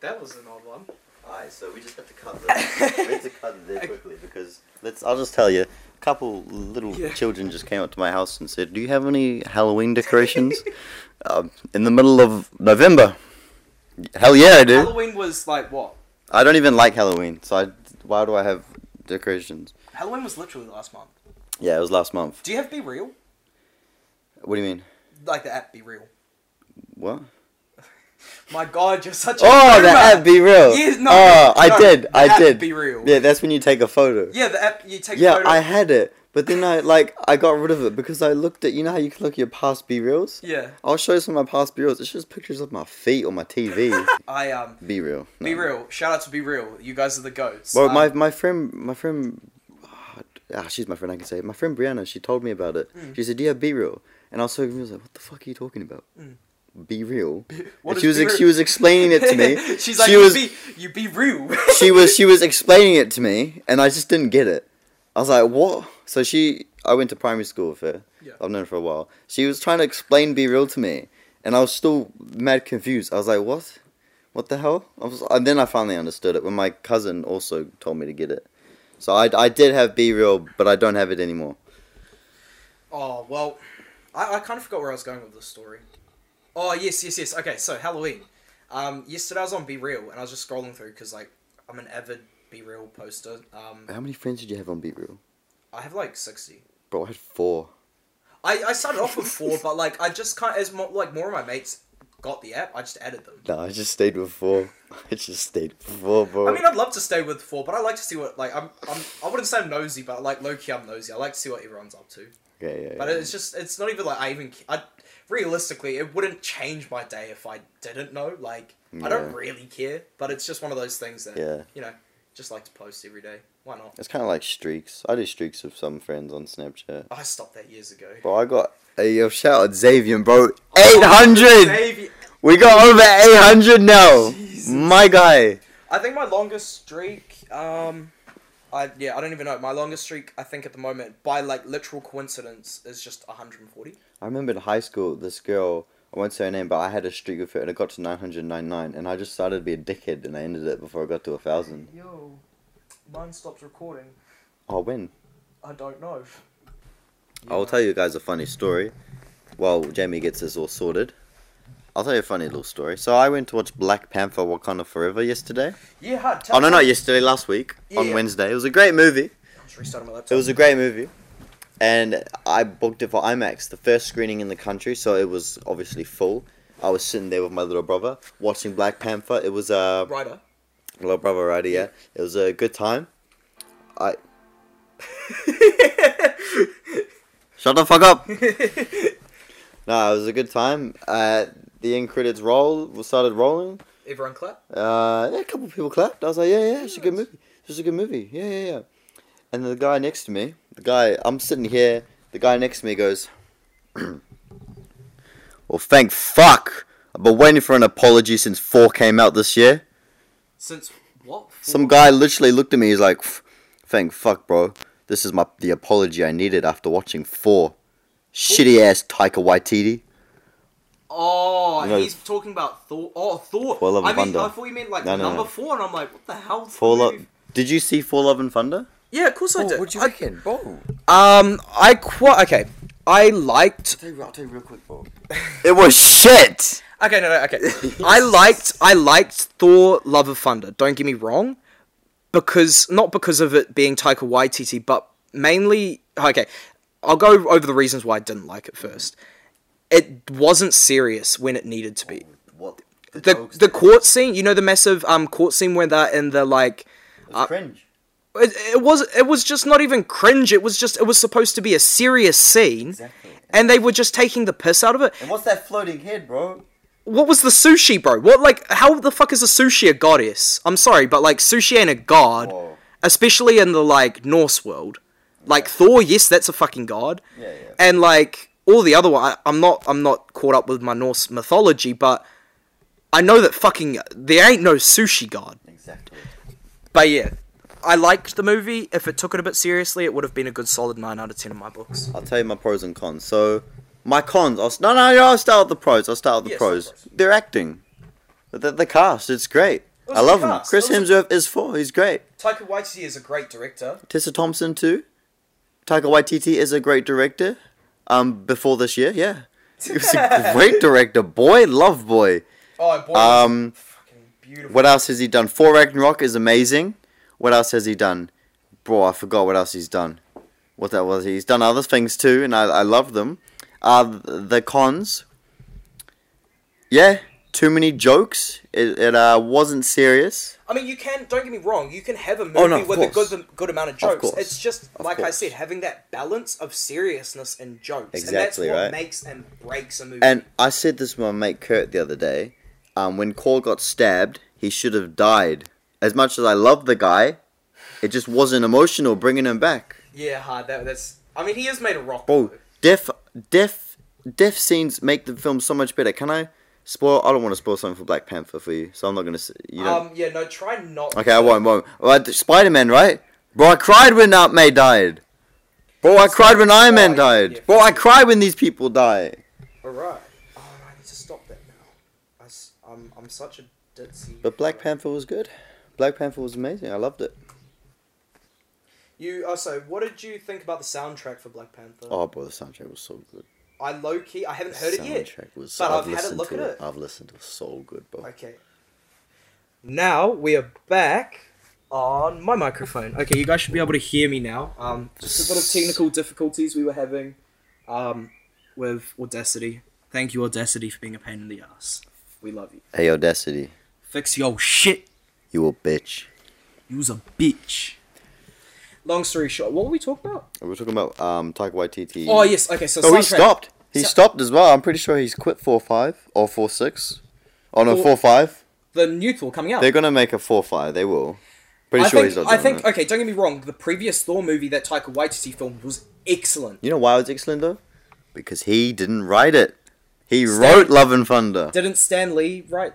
Speaker 1: That was an odd one.
Speaker 2: Alright, so we just have to cut this. we have to cut it there quickly because let's. I'll just tell you. A couple little
Speaker 1: Yeah.
Speaker 2: children just came up to my house and said, "Do you have any Halloween decorations?" um, in the middle of November. Hell yeah, I do.
Speaker 1: Halloween was like what?
Speaker 2: I don't even like Halloween, so I, why do I have decorations?
Speaker 1: Halloween was literally last month.
Speaker 2: Yeah, it was last month.
Speaker 1: Do you have Be Real?
Speaker 2: What do you mean?
Speaker 1: Like the app Be Real.
Speaker 2: What?
Speaker 1: My god, you're such a
Speaker 2: Oh, the
Speaker 1: boomer.
Speaker 2: app be real.
Speaker 1: Yes, no,
Speaker 2: oh, I
Speaker 1: no,
Speaker 2: did.
Speaker 1: the
Speaker 2: I
Speaker 1: app
Speaker 2: did.
Speaker 1: Be Real.
Speaker 2: Yeah, that's when you take a photo.
Speaker 1: Yeah, the app you take a
Speaker 2: Yeah,
Speaker 1: photo.
Speaker 2: I had it, But then I like I got rid of it because I looked at you know how you can look at your past B reels.
Speaker 1: Yeah.
Speaker 2: I will show you some of my past B reels. It's just pictures of my feet on my TV.
Speaker 1: I um
Speaker 2: B reel.
Speaker 1: be real. Shout out to be real. You guys are the goats.
Speaker 2: Well,
Speaker 1: Um,
Speaker 2: my my friend, my friend, ah, she's my friend. I can say it. my friend Brianna. She told me about it.
Speaker 1: Hmm.
Speaker 2: She said, "Do you have B real?" And I was so confused. Like, what the fuck are you talking about? Be real.
Speaker 1: what
Speaker 2: And
Speaker 1: is
Speaker 2: she
Speaker 1: Hmm. Be
Speaker 2: was
Speaker 1: Real?
Speaker 2: ex- she was explaining it to me.
Speaker 1: She's like,
Speaker 2: she
Speaker 1: you,
Speaker 2: was
Speaker 1: be, you be real.
Speaker 2: she was she was explaining it to me, and I just didn't get it. I was like, what? So she, I went to primary school with her.
Speaker 1: Yeah.
Speaker 2: I've known her for a while. She was trying to explain Be Real to me, and I was still mad confused. I was like, what? What the hell? I was, and then I finally understood it when my cousin also told me to get it. So I, I did have Be Real, but I don't have it anymore.
Speaker 1: Oh, well, I, I kind of forgot where I was going with this story. Oh, yes, yes, yes. Okay, so Halloween. Um, yesterday I was on Be Real and I was just scrolling through because, like, I'm an avid Be Real poster. Um,
Speaker 2: How many friends did you have on Be Real?
Speaker 1: I have like 60.
Speaker 2: Bro, I had four.
Speaker 1: I, I started off with four, but, like, I just kind of, as more, like, more of my mates got the app, I just added them.
Speaker 2: No, I just stayed with four. I just stayed with four, bro.
Speaker 1: I mean, I'd love to stay with four, but I like to see what, like, I'm, I'm I wouldn't say I'm nosy, but, like, low key, I'm nosy. I like to see what everyone's up to.
Speaker 2: okay, yeah, yeah.
Speaker 1: But it's just, it's not even like I even, I, realistically, it wouldn't change my day if I didn't know. Like, I don't
Speaker 2: Yeah.
Speaker 1: really care, but it's just one of those things that,
Speaker 2: Yeah.
Speaker 1: you know, just like to post every day. Why not?
Speaker 2: It's kind of like streaks. I do streaks with some friends on Snapchat.
Speaker 1: I stopped that years ago.
Speaker 2: Bro, I got a yo shout out Xavier, bro. 800!
Speaker 1: Maybe-
Speaker 2: We got over 800 now.
Speaker 1: Jesus.
Speaker 2: My guy.
Speaker 1: I think my longest streak, um, I, yeah, I don't even know. My longest streak, I think at the moment, by like literal coincidence, is just 140.
Speaker 2: I remember in high school, this girl, I won't say her name, but I had a streak with her and it got to 999 and I just started to be a dickhead and I ended it before I got to 1000.
Speaker 1: Yo, mine stopped recording.
Speaker 2: Oh, when?
Speaker 1: I don't know.
Speaker 2: I'll tell you guys a funny story while Jamie gets this all sorted. I'll tell you a funny little story. So I went to watch Black Panther Wakanda Forever yesterday.
Speaker 1: Yeah, hard.
Speaker 2: Oh, no, not yesterday, last week on
Speaker 1: Yeah.
Speaker 2: Wednesday. It was a great movie.
Speaker 1: restarting my laptop.
Speaker 2: It was a great movie, and I booked it for IMAX, the first screening in the country, so it was obviously full. I was sitting there with my little brother watching Black Panther. It was a
Speaker 1: Rider.
Speaker 2: little brother, right? Yeah, it was a good time. I shut the fuck up. No, it was a good time. Uh, the end credits roll started rolling.
Speaker 1: Everyone clap.
Speaker 2: Uh, yeah, a couple of people clapped. I was like, yeah, yeah, it's a good
Speaker 1: Nice.
Speaker 2: movie. It's a good movie. Yeah, yeah, yeah. And the guy next to me, the guy, I'm sitting here, the guy next to me goes, Well, thank fuck. I've been waiting for an apology since 4 came out this year.
Speaker 1: Since what?
Speaker 2: Some guy literally looked at me, he's like, "Pff, thank fuck, bro. This is my the apology I needed after watching 4. Shitty ass Taika Waititi.
Speaker 1: Oh,
Speaker 2: You know-
Speaker 1: he's talking about Thor. Oh, Thor.
Speaker 2: Thor Love
Speaker 1: I
Speaker 2: and
Speaker 1: mean,
Speaker 2: Thunder.
Speaker 1: I thought you meant like
Speaker 2: No, no,
Speaker 1: number
Speaker 2: no.
Speaker 1: four, and I'm like, what the hell?
Speaker 2: Fall Lo- Did you see Four Love and Thunder?
Speaker 1: Yeah, of course I did. I,
Speaker 2: reckon, bro?
Speaker 1: um, I quite okay. I liked.
Speaker 2: I'll tell you, I'll tell you real quick, bro. it was shit.
Speaker 1: Okay, no, no, okay. I liked. I liked Thor: Love of Thunder. Don't get me wrong, because not because of it being Taika Waititi, but mainly. Okay, I'll go over the reasons why I didn't like it first. It wasn't serious when it needed to be.
Speaker 2: What?
Speaker 1: the the court scene, you know, the massive um court scene where they're in the like,
Speaker 2: cringe.
Speaker 1: it, it was it was just not even cringe. It was just it was supposed to be a serious scene,
Speaker 2: Exactly.
Speaker 1: and they were just taking the piss out of it.
Speaker 2: And what's that floating head, bro?
Speaker 1: What was the sushi, bro? What like how the fuck is a sushi a goddess? I'm sorry, but like sushi ain't a god,
Speaker 2: Whoa.
Speaker 1: especially in the like Norse world. Like Thor, yes, that's a fucking god.
Speaker 2: Yeah, yeah.
Speaker 1: And like all the other one, I, I'm not I'm not caught up with my Norse mythology, but I know that fucking there ain't no sushi god.
Speaker 2: Exactly.
Speaker 1: But yeah, I liked the movie. If it took it a bit seriously, it would have been a good solid 9 out of 10 in my books.
Speaker 2: I'll tell you my pros and cons. So, my cons. I'll, s- no, no, no. I'll start with the pros. I'll start with the
Speaker 1: Yeah, start with
Speaker 2: pros. They're acting. The, the, the cast. It's great.
Speaker 1: was
Speaker 2: I
Speaker 1: the
Speaker 2: love him.
Speaker 1: cast.
Speaker 2: Chris
Speaker 1: It was
Speaker 2: Hemsworth is four. He's great.
Speaker 1: Taika Waititi is a great director.
Speaker 2: Tessa Thompson too. Taika Waititi is a great director. Um, before this year, yeah, he was a great director. Boy, love boy.
Speaker 1: Oh, boy.
Speaker 2: Um,
Speaker 1: fucking beautiful.
Speaker 2: What else has he done? Thor Ragnarok is amazing. What else has he done? Bro, I forgot what else he's done. What that was. He's done other things too, and I, I love them. Uh, the cons. Yeah, too many jokes. It, it uh, wasn't serious.
Speaker 1: I mean, you can. Don't get me wrong. You can have a movie
Speaker 2: Oh, no, of
Speaker 1: with a
Speaker 2: course.
Speaker 1: good um, good amount of jokes.
Speaker 2: course.
Speaker 1: it's just
Speaker 2: Of
Speaker 1: like I
Speaker 2: course.
Speaker 1: said, having that balance of seriousness and jokes, and
Speaker 2: Exactly,
Speaker 1: that's what
Speaker 2: right.
Speaker 1: makes and breaks a movie.
Speaker 2: And I said this to my mate Kurt the other day. Um, when Cole got stabbed, he should have died. As much as I love the guy, it just wasn't emotional bringing him back.
Speaker 1: yeah, hard. That, that's. I mean, he has made a rock.
Speaker 2: Bro,
Speaker 1: though.
Speaker 2: death, death, death scenes make the film so much better. Can I spoil? I don't want to spoil something for Black Panther for you, so I'm not gonna. s- You don't,
Speaker 1: Um. Yeah. No. Try not.
Speaker 2: Okay, I won't, won't. Spider Man, right? Bro, I cried when Aunt May died. Bro, I cried when Iron Man died. Bro, I cried when these people die.
Speaker 1: All right. Oh, no, I need to stop that now. I, am I'm such a ditzy.
Speaker 2: But Black Panther was good. Black Panther was amazing. I loved it.
Speaker 1: You also, what did you think about the soundtrack for Black Panther?
Speaker 2: Oh, bro, the soundtrack was so good.
Speaker 1: I low key, I haven't
Speaker 2: The
Speaker 1: heard it yet.
Speaker 2: soundtrack was.
Speaker 1: but I've
Speaker 2: I've
Speaker 1: had a
Speaker 2: listened
Speaker 1: look
Speaker 2: to
Speaker 1: at
Speaker 2: it.
Speaker 1: it.
Speaker 2: I've listened to it so good, bro.
Speaker 1: Okay. Now we are back on my microphone. Okay, you guys should be able to hear me now. Um, just a bit of technical difficulties we were having, um, with Audacity. Thank you, Audacity, for being a pain in the ass. We love you.
Speaker 2: Hey, Audacity,
Speaker 1: Fix your shit.
Speaker 2: you a bitch.
Speaker 1: Use a bitch. Long story short, what were we talking about?
Speaker 2: We were talking about um Taika Waititi.
Speaker 1: Oh yes, okay. So
Speaker 2: Oh, he
Speaker 1: soundtrack.
Speaker 2: stopped. He
Speaker 1: So-
Speaker 2: stopped as well. I'm pretty sure he's quit four five or four six. Oh no,
Speaker 1: Four-
Speaker 2: four five.
Speaker 1: The new Thor coming out.
Speaker 2: They're gonna make a four five. They will. Pretty
Speaker 1: I
Speaker 2: sure
Speaker 1: think,
Speaker 2: he's not.
Speaker 1: I
Speaker 2: doing
Speaker 1: think
Speaker 2: that.
Speaker 1: okay, don't get me wrong, the previous Thor movie that Taika Waititi filmed was excellent.
Speaker 2: You know why it was excellent though? Because he didn't write it. He
Speaker 1: Stan-
Speaker 2: wrote Love and Thunder.
Speaker 1: Didn't Stan Lee write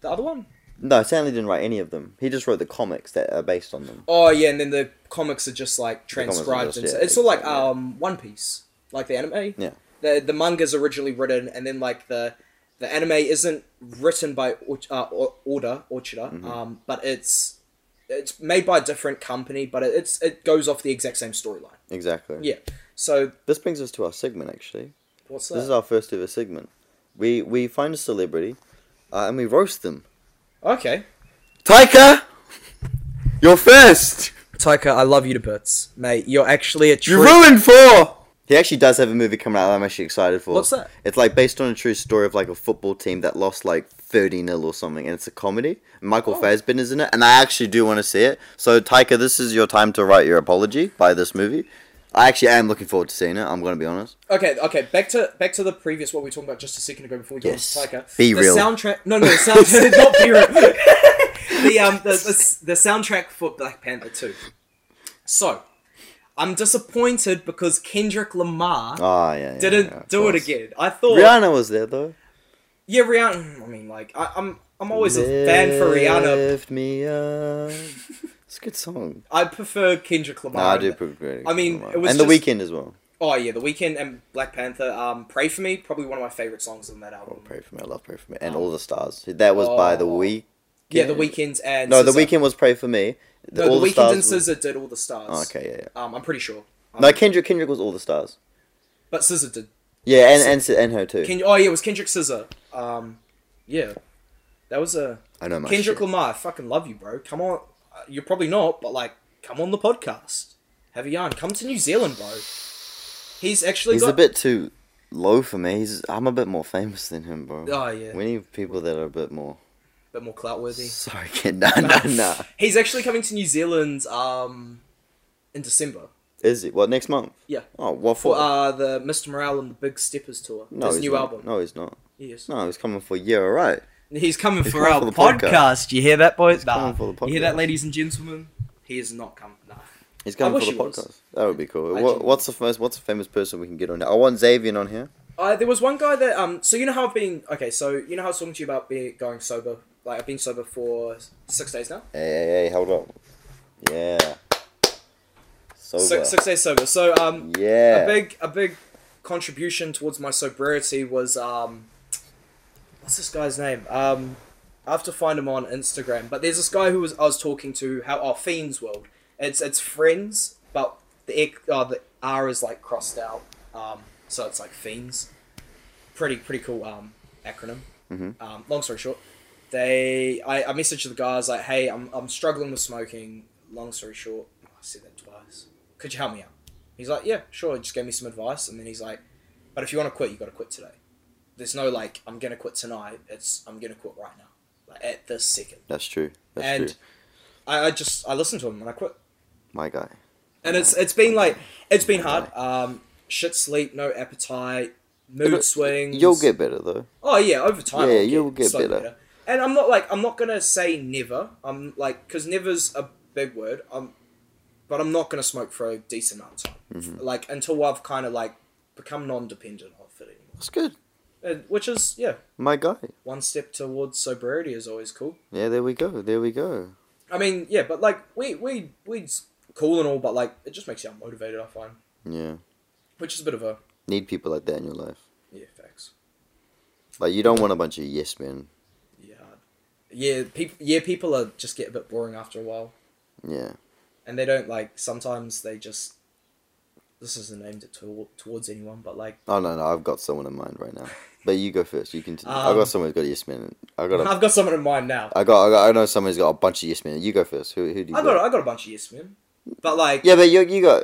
Speaker 1: the other one?
Speaker 2: No, Stanley didn't write any of them. He just wrote the comics that are based on them.
Speaker 1: Oh yeah, and then the comics are just like
Speaker 2: comics are
Speaker 1: transcribed
Speaker 2: just-
Speaker 1: and so-
Speaker 2: yeah,
Speaker 1: it's all like
Speaker 2: exactly.
Speaker 1: um One Piece, like the anime.
Speaker 2: Yeah.
Speaker 1: The the manga's originally written and then like the the anime isn't written by Orch- uh, Or- Oda Orchida,
Speaker 2: Mm-hmm.
Speaker 1: um, but it's it's made by a different company, but it, it's it goes off the exact same storyline.
Speaker 2: Exactly.
Speaker 1: Yeah. So
Speaker 2: This brings us to our segment actually.
Speaker 1: what's
Speaker 2: This is
Speaker 1: that?
Speaker 2: our first ever segment. We we find a celebrity uh, and we roast them.
Speaker 1: okay.
Speaker 2: Taika, you're first.
Speaker 1: Taika, I love you to bits, mate. You're actually a
Speaker 2: You
Speaker 1: true.
Speaker 2: ruined four. He actually does have a movie coming out that I'm actually excited for.
Speaker 1: What's that?
Speaker 2: It's like based on a true story of like a football team that lost like 30 nil or something, and it's a comedy. Michael
Speaker 1: Oh.
Speaker 2: Fassbender's in it, and I actually do want to see it. So, Taika, this is your time to write your apology by this movie. I actually am looking forward to seeing it. I'm gonna be honest.
Speaker 1: Okay, okay. Back to back to the previous what we were talking about just a second ago before we got
Speaker 2: Yes.
Speaker 1: into Taika.
Speaker 2: Be
Speaker 1: the
Speaker 2: real.
Speaker 1: soundtrack. No, no, the soundtrack. not be real. the um the, the the soundtrack for Black Panther two. So, I'm disappointed because Kendrick Lamar
Speaker 2: Ah, yeah. yeah,
Speaker 1: didn't
Speaker 2: yeah, of
Speaker 1: do it
Speaker 2: course.
Speaker 1: again. I thought
Speaker 2: Rihanna was there though.
Speaker 1: yeah, Rihanna. I mean, like I, I'm I'm always a fan for Rihanna.
Speaker 2: Lift me up. It's a good song.
Speaker 1: I prefer Kendrick Lamar.
Speaker 2: Nah, I
Speaker 1: in
Speaker 2: do
Speaker 1: that.
Speaker 2: pretty great.
Speaker 1: I mean, it was
Speaker 2: and the
Speaker 1: just-
Speaker 2: weekend as well.
Speaker 1: Oh yeah, The Weeknd and Black Panther. Um, Pray for Me, probably one of my favorite songs on that album.
Speaker 2: Pray for me. I love pray for me. And all the stars. That was by the
Speaker 1: Oh.
Speaker 2: week.
Speaker 1: yeah, The Weeknd and
Speaker 2: No, the
Speaker 1: SZA.
Speaker 2: weekend was pray for me.
Speaker 1: No, The,
Speaker 2: All
Speaker 1: Weeknd
Speaker 2: Stars
Speaker 1: and
Speaker 2: was-
Speaker 1: SZA did all the stars.
Speaker 2: Oh, okay, yeah, yeah.
Speaker 1: Um, I'm pretty sure. Um,
Speaker 2: No, Kendrick. Kendrick was all the stars.
Speaker 1: but SZA did.
Speaker 2: Yeah, and and, and her too.
Speaker 1: Ken- oh yeah, it was Kendrick SZA. Um, yeah, that was a
Speaker 2: I know my
Speaker 1: Kendrick
Speaker 2: Oh, shit.
Speaker 1: Lamar. I fucking love you, bro. Come on, uh, you're probably not, but like, come on the podcast. Have a yarn. Come to New Zealand, bro. He's actually
Speaker 2: He's
Speaker 1: got.
Speaker 2: a bit too low for me. He's I'm a bit more famous than him, bro.
Speaker 1: Oh, yeah.
Speaker 2: We need people that are a bit more.
Speaker 1: bit more clout worthy.
Speaker 2: Sorry, kid. Nah, nah, nah.
Speaker 1: He's actually coming to New Zealand um, in December.
Speaker 2: Is it? What next month?
Speaker 1: Yeah.
Speaker 2: Oh, what for?
Speaker 1: For uh, the Mr. Morale and the Big Steppers tour.
Speaker 2: no,
Speaker 1: his
Speaker 2: he's
Speaker 1: new
Speaker 2: not.
Speaker 1: album.
Speaker 2: No, he's not.
Speaker 1: Yes.
Speaker 2: No, he's coming for yeah, all right.
Speaker 1: He's coming for
Speaker 2: coming
Speaker 1: our
Speaker 2: for the
Speaker 1: podcast.
Speaker 2: podcast.
Speaker 1: You hear that, boys? nah.
Speaker 2: coming for the
Speaker 1: You hear that,
Speaker 2: podcast.
Speaker 1: ladies and gentlemen? He is not coming. Nah.
Speaker 2: He's
Speaker 1: I
Speaker 2: coming
Speaker 1: wish
Speaker 2: for the
Speaker 1: he was.
Speaker 2: podcast. That would be cool.
Speaker 1: I
Speaker 2: What,
Speaker 1: do.
Speaker 2: what's the first? What's the famous person we can get on here? I want Xavier on here.
Speaker 1: Uh, there was one guy that um. So you know how I've been okay. So you know how I was talking to you about being going sober. Like I've been sober for six days now.
Speaker 2: Hey, hey, hey, hold on. Yeah. Sober.
Speaker 1: Six, six days sober. So um,
Speaker 2: Yeah.
Speaker 1: a big a big contribution towards my sobriety was um what's this guy's name um I have to find him on Instagram but there's this guy who was I was talking to how oh Fiends World it's it's friends but the ec- uh, the R is like crossed out um so it's like Fiends pretty pretty cool um acronym
Speaker 2: Mhm.
Speaker 1: um, long story short they I, I messaged the guys like hey I'm I'm struggling with smoking long story short I said that twice could you help me out. He's like, yeah, sure. He just gave me some advice, and then he's like, but if you want to quit, you got to quit today. There's no like I'm gonna quit tonight. It's I'm gonna quit right now, like at this second.
Speaker 2: That's true. That's
Speaker 1: and
Speaker 2: true.
Speaker 1: I, I just I listened to him and I quit.
Speaker 2: My guy.
Speaker 1: And it's it's been like it's been hard. Um, shit, sleep, no appetite, mood
Speaker 2: It'll-
Speaker 1: swings.
Speaker 2: You'll get better though.
Speaker 1: Oh yeah, over time.
Speaker 2: Yeah,
Speaker 1: I'll
Speaker 2: you'll get
Speaker 1: slowly
Speaker 2: better.
Speaker 1: And I'm not like I'm not gonna say never. I'm like because never's a big word. Um, but I'm not gonna smoke for a decent amount of time.
Speaker 2: Mm-hmm.
Speaker 1: Like until I've kind of like become non-dependent of it
Speaker 2: That's good.
Speaker 1: anymore, And- which is yeah,
Speaker 2: My guy.
Speaker 1: one step towards sobriety is always cool.
Speaker 2: Yeah, there we go. There we go.
Speaker 1: I mean, yeah, but like we we weed's cool and all, but like it just makes you unmotivated. I find,
Speaker 2: Yeah.
Speaker 1: which is a bit of a
Speaker 2: Need people like that in your life.
Speaker 1: yeah facts.
Speaker 2: Like you don't want a bunch of yes men.
Speaker 1: Yeah, yeah, people yeah people are just get a bit boring after a while.
Speaker 2: Yeah.
Speaker 1: and they don't like sometimes they just this isn't aimed at to- towards anyone but like
Speaker 2: Oh no no, I've got someone in mind right now. But you go first. You continue. I've
Speaker 1: Um,
Speaker 2: got someone who's got a yes men. I got a.
Speaker 1: i've got someone in mind now
Speaker 2: I got, I got. I know someone who's got a bunch of yes men. You go first. Who? Who do you?
Speaker 1: i got i got a bunch of yes men but like
Speaker 2: Yeah, but you you got.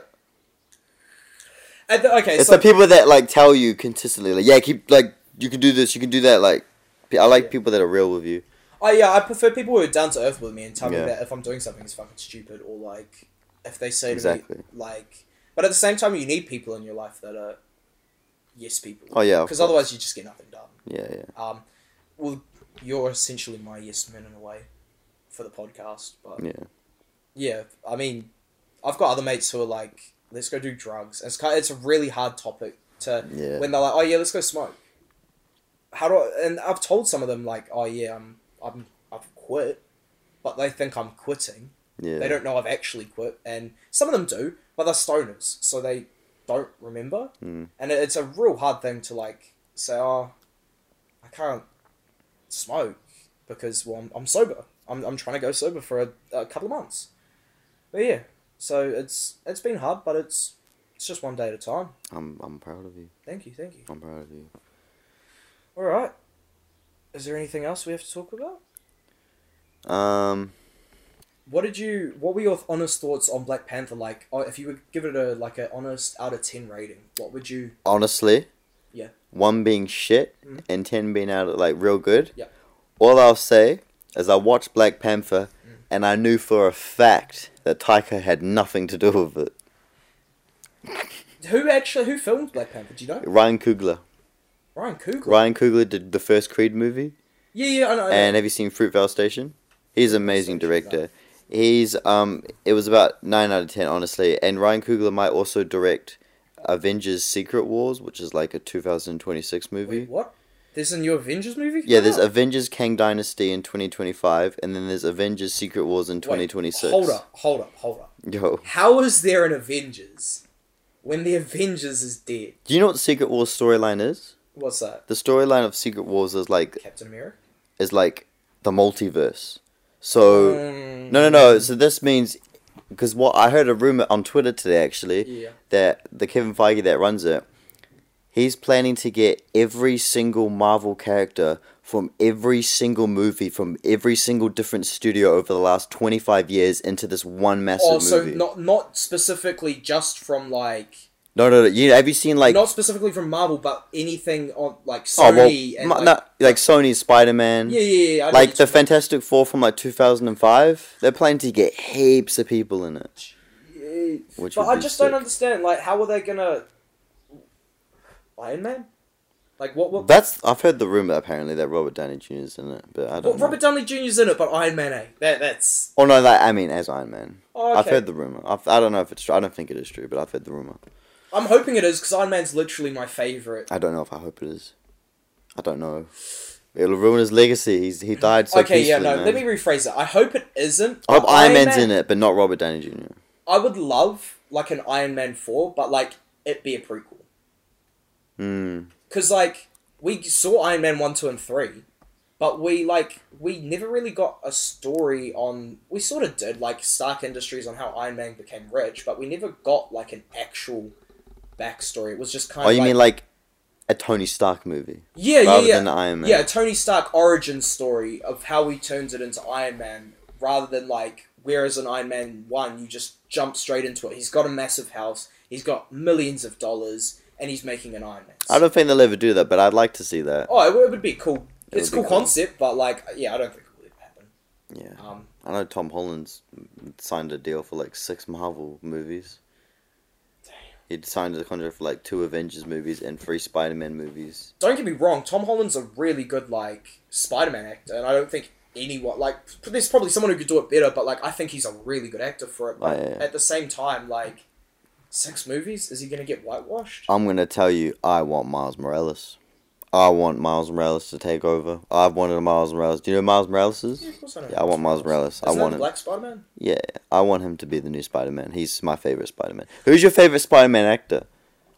Speaker 1: at the- okay
Speaker 2: It's
Speaker 1: so
Speaker 2: the people that like tell you consistently, like yeah, keep like you can do this, you can do that. Like, pe- I like
Speaker 1: Yeah.
Speaker 2: people that are real with you.
Speaker 1: I, yeah i prefer people who are down to earth with me and tell
Speaker 2: Yeah.
Speaker 1: me that if i'm doing something it's fucking stupid or like if they say to
Speaker 2: Exactly.
Speaker 1: me like but at the same time you need people in your life that are yes people
Speaker 2: Oh yeah, of
Speaker 1: because
Speaker 2: course.
Speaker 1: otherwise you just get nothing done
Speaker 2: yeah, yeah.
Speaker 1: um well you're essentially my yes man in a way for the podcast but
Speaker 2: Yeah.
Speaker 1: yeah i mean i've got other mates who are like let's go do drugs it's kind it's a really hard topic to
Speaker 2: Yeah.
Speaker 1: when they're like oh yeah let's go smoke how do I, and i've told some of them like oh yeah i'm i'm i've quit but they think i'm quitting
Speaker 2: Yeah,
Speaker 1: they don't know i've actually quit and some of them do but they're stoners so they don't remember
Speaker 2: Mm.
Speaker 1: and it- it's a real hard thing to like say oh i can't smoke because well i'm, I'm sober I'm, I'm trying to go sober for a, a couple of months but yeah so it's it's been hard but it's it's just one day at a time
Speaker 2: I'm, I'm proud of you.
Speaker 1: thank you thank you
Speaker 2: I'm proud of you.
Speaker 1: all right is there anything else we have to talk about
Speaker 2: Um,
Speaker 1: what did you what were your honest thoughts on black panther like oh, if you would give it a like an honest out of 10 rating what would you
Speaker 2: honestly.
Speaker 1: Yeah.
Speaker 2: One being shit
Speaker 1: Mm.
Speaker 2: and ten being out of like real good.
Speaker 1: Yeah.
Speaker 2: All I'll say is I watched Black Panther,
Speaker 1: Mm.
Speaker 2: and I knew for a fact that Taika had nothing to do with it.
Speaker 1: who actually who filmed black panther do you know
Speaker 2: Ryan Coogler.
Speaker 1: ryan coogler
Speaker 2: Ryan Coogler did the first Creed movie.
Speaker 1: yeah yeah i know, I know.
Speaker 2: And have you seen Fruitvale Station? He's an amazing
Speaker 1: Station, no.
Speaker 2: director. He's um it was about nine out of ten honestly, and Ryan Coogler might also direct Avengers Secret Wars, which is like a two thousand twenty six movie.
Speaker 1: Wait, what? There's a new Avengers movie?
Speaker 2: yeah, there's
Speaker 1: coming out?
Speaker 2: Avengers Kang Dynasty in twenty twenty five and then there's Avengers Secret Wars in
Speaker 1: Wait,
Speaker 2: twenty twenty six.
Speaker 1: Hold up, hold up, hold up.
Speaker 2: Yo.
Speaker 1: How is there an Avengers when the Avengers is dead?
Speaker 2: Do you know what the Secret Wars storyline is?
Speaker 1: What's that?
Speaker 2: The storyline of Secret Wars is like
Speaker 1: Captain America?
Speaker 2: is like the multiverse. So
Speaker 1: Mm.
Speaker 2: No, no, no. So this means because what I heard a rumor on Twitter today actually
Speaker 1: Yeah.
Speaker 2: that the Kevin Feige that runs it, he's planning to get every single Marvel character from every single movie from every single different studio over the last 25 years into this one massive
Speaker 1: Oh, so
Speaker 2: movie.
Speaker 1: not not specifically just from like
Speaker 2: no, no, no. You have you seen like
Speaker 1: not specifically from Marvel, but anything on like
Speaker 2: oh well,
Speaker 1: Sony and
Speaker 2: ma-
Speaker 1: like,
Speaker 2: not- like Sony's Spider Man.
Speaker 1: yeah, yeah, yeah. I know
Speaker 2: Like
Speaker 1: what
Speaker 2: the Fantastic Four from like 2005, they're planning to get heaps of people in it.
Speaker 1: you- yeah.
Speaker 2: Which
Speaker 1: But
Speaker 2: would
Speaker 1: I
Speaker 2: be
Speaker 1: just
Speaker 2: sick.
Speaker 1: don't understand. Like, how are they gonna Iron Man? Like, what? What?
Speaker 2: That's I've heard the rumor apparently that Robert Downey Jr. is in it, but I don't.
Speaker 1: well,
Speaker 2: know.
Speaker 1: Robert Downey Jr.'s in it, but Iron Man ain't. That that's.
Speaker 2: Oh no, that I mean as Iron Man.
Speaker 1: Oh, okay.
Speaker 2: I've heard the rumor. I've, I don't know if it's true. I don't think it is true, but I've heard the rumor.
Speaker 1: I'm hoping it is because Iron Man's literally my favorite.
Speaker 2: I don't know if I hope it is. I don't know. It'll ruin his legacy. He's he died so
Speaker 1: okay, yeah,
Speaker 2: peacefully.
Speaker 1: no. Let
Speaker 2: man.
Speaker 1: me rephrase that. I hope it isn't.
Speaker 2: I hope
Speaker 1: but
Speaker 2: Iron Man's in it, but not Robert Downey Jr.
Speaker 1: I would love like an Iron Man four, but like it be a prequel
Speaker 2: Hmm.
Speaker 1: because like we saw Iron Man one, two, and three, but we like we never really got a story on. We sort of did like Stark Industries on how Iron Man became rich, but we never got like an actual backstory. It was just kind
Speaker 2: Oh,
Speaker 1: of
Speaker 2: you
Speaker 1: like,
Speaker 2: mean like a Tony Stark movie
Speaker 1: yeah, yeah,
Speaker 2: rather
Speaker 1: yeah.
Speaker 2: than an Iron Man?
Speaker 1: Yeah, Tony Stark origin story of how he turns it into Iron Man, rather than like whereas in Iron Man one you just jump straight into it. He's got a massive house, he's got millions of dollars, and he's making an Iron Man.
Speaker 2: I don't think they'll ever do that, but I'd like to see that.
Speaker 1: oh, it, would- it would be cool.
Speaker 2: It
Speaker 1: it's a
Speaker 2: would
Speaker 1: cool,
Speaker 2: be cool.
Speaker 1: concept, but like, yeah, I don't think it will ever happen.
Speaker 2: Yeah.
Speaker 1: Um,
Speaker 2: I know Tom Holland's signed a deal for like six Marvel movies.
Speaker 1: Damn.
Speaker 2: He'd signed a contract for like two Avengers movies and three Spider Man movies.
Speaker 1: don't get me wrong, Tom Holland's a really good like Spider-Man actor, and I don't think anyone like there's probably someone who could do it better, but like I think he's a really good actor for it. But
Speaker 2: Oh, yeah.
Speaker 1: At the same time, like six movies, is he gonna get whitewashed?
Speaker 2: I'm gonna tell you, I want Miles Morales. I want Miles Morales to take over. I've wanted Miles Morales. Do you know who Miles Morales is?
Speaker 1: Yeah, of course I know.
Speaker 2: Yeah, I want Miles Morales. I
Speaker 1: Isn't that
Speaker 2: want
Speaker 1: the
Speaker 2: him.
Speaker 1: Black Spider-Man.
Speaker 2: Yeah, I want him to be the new Spider Man. He's my favorite Spider Man. Who's your favorite Spider Man actor?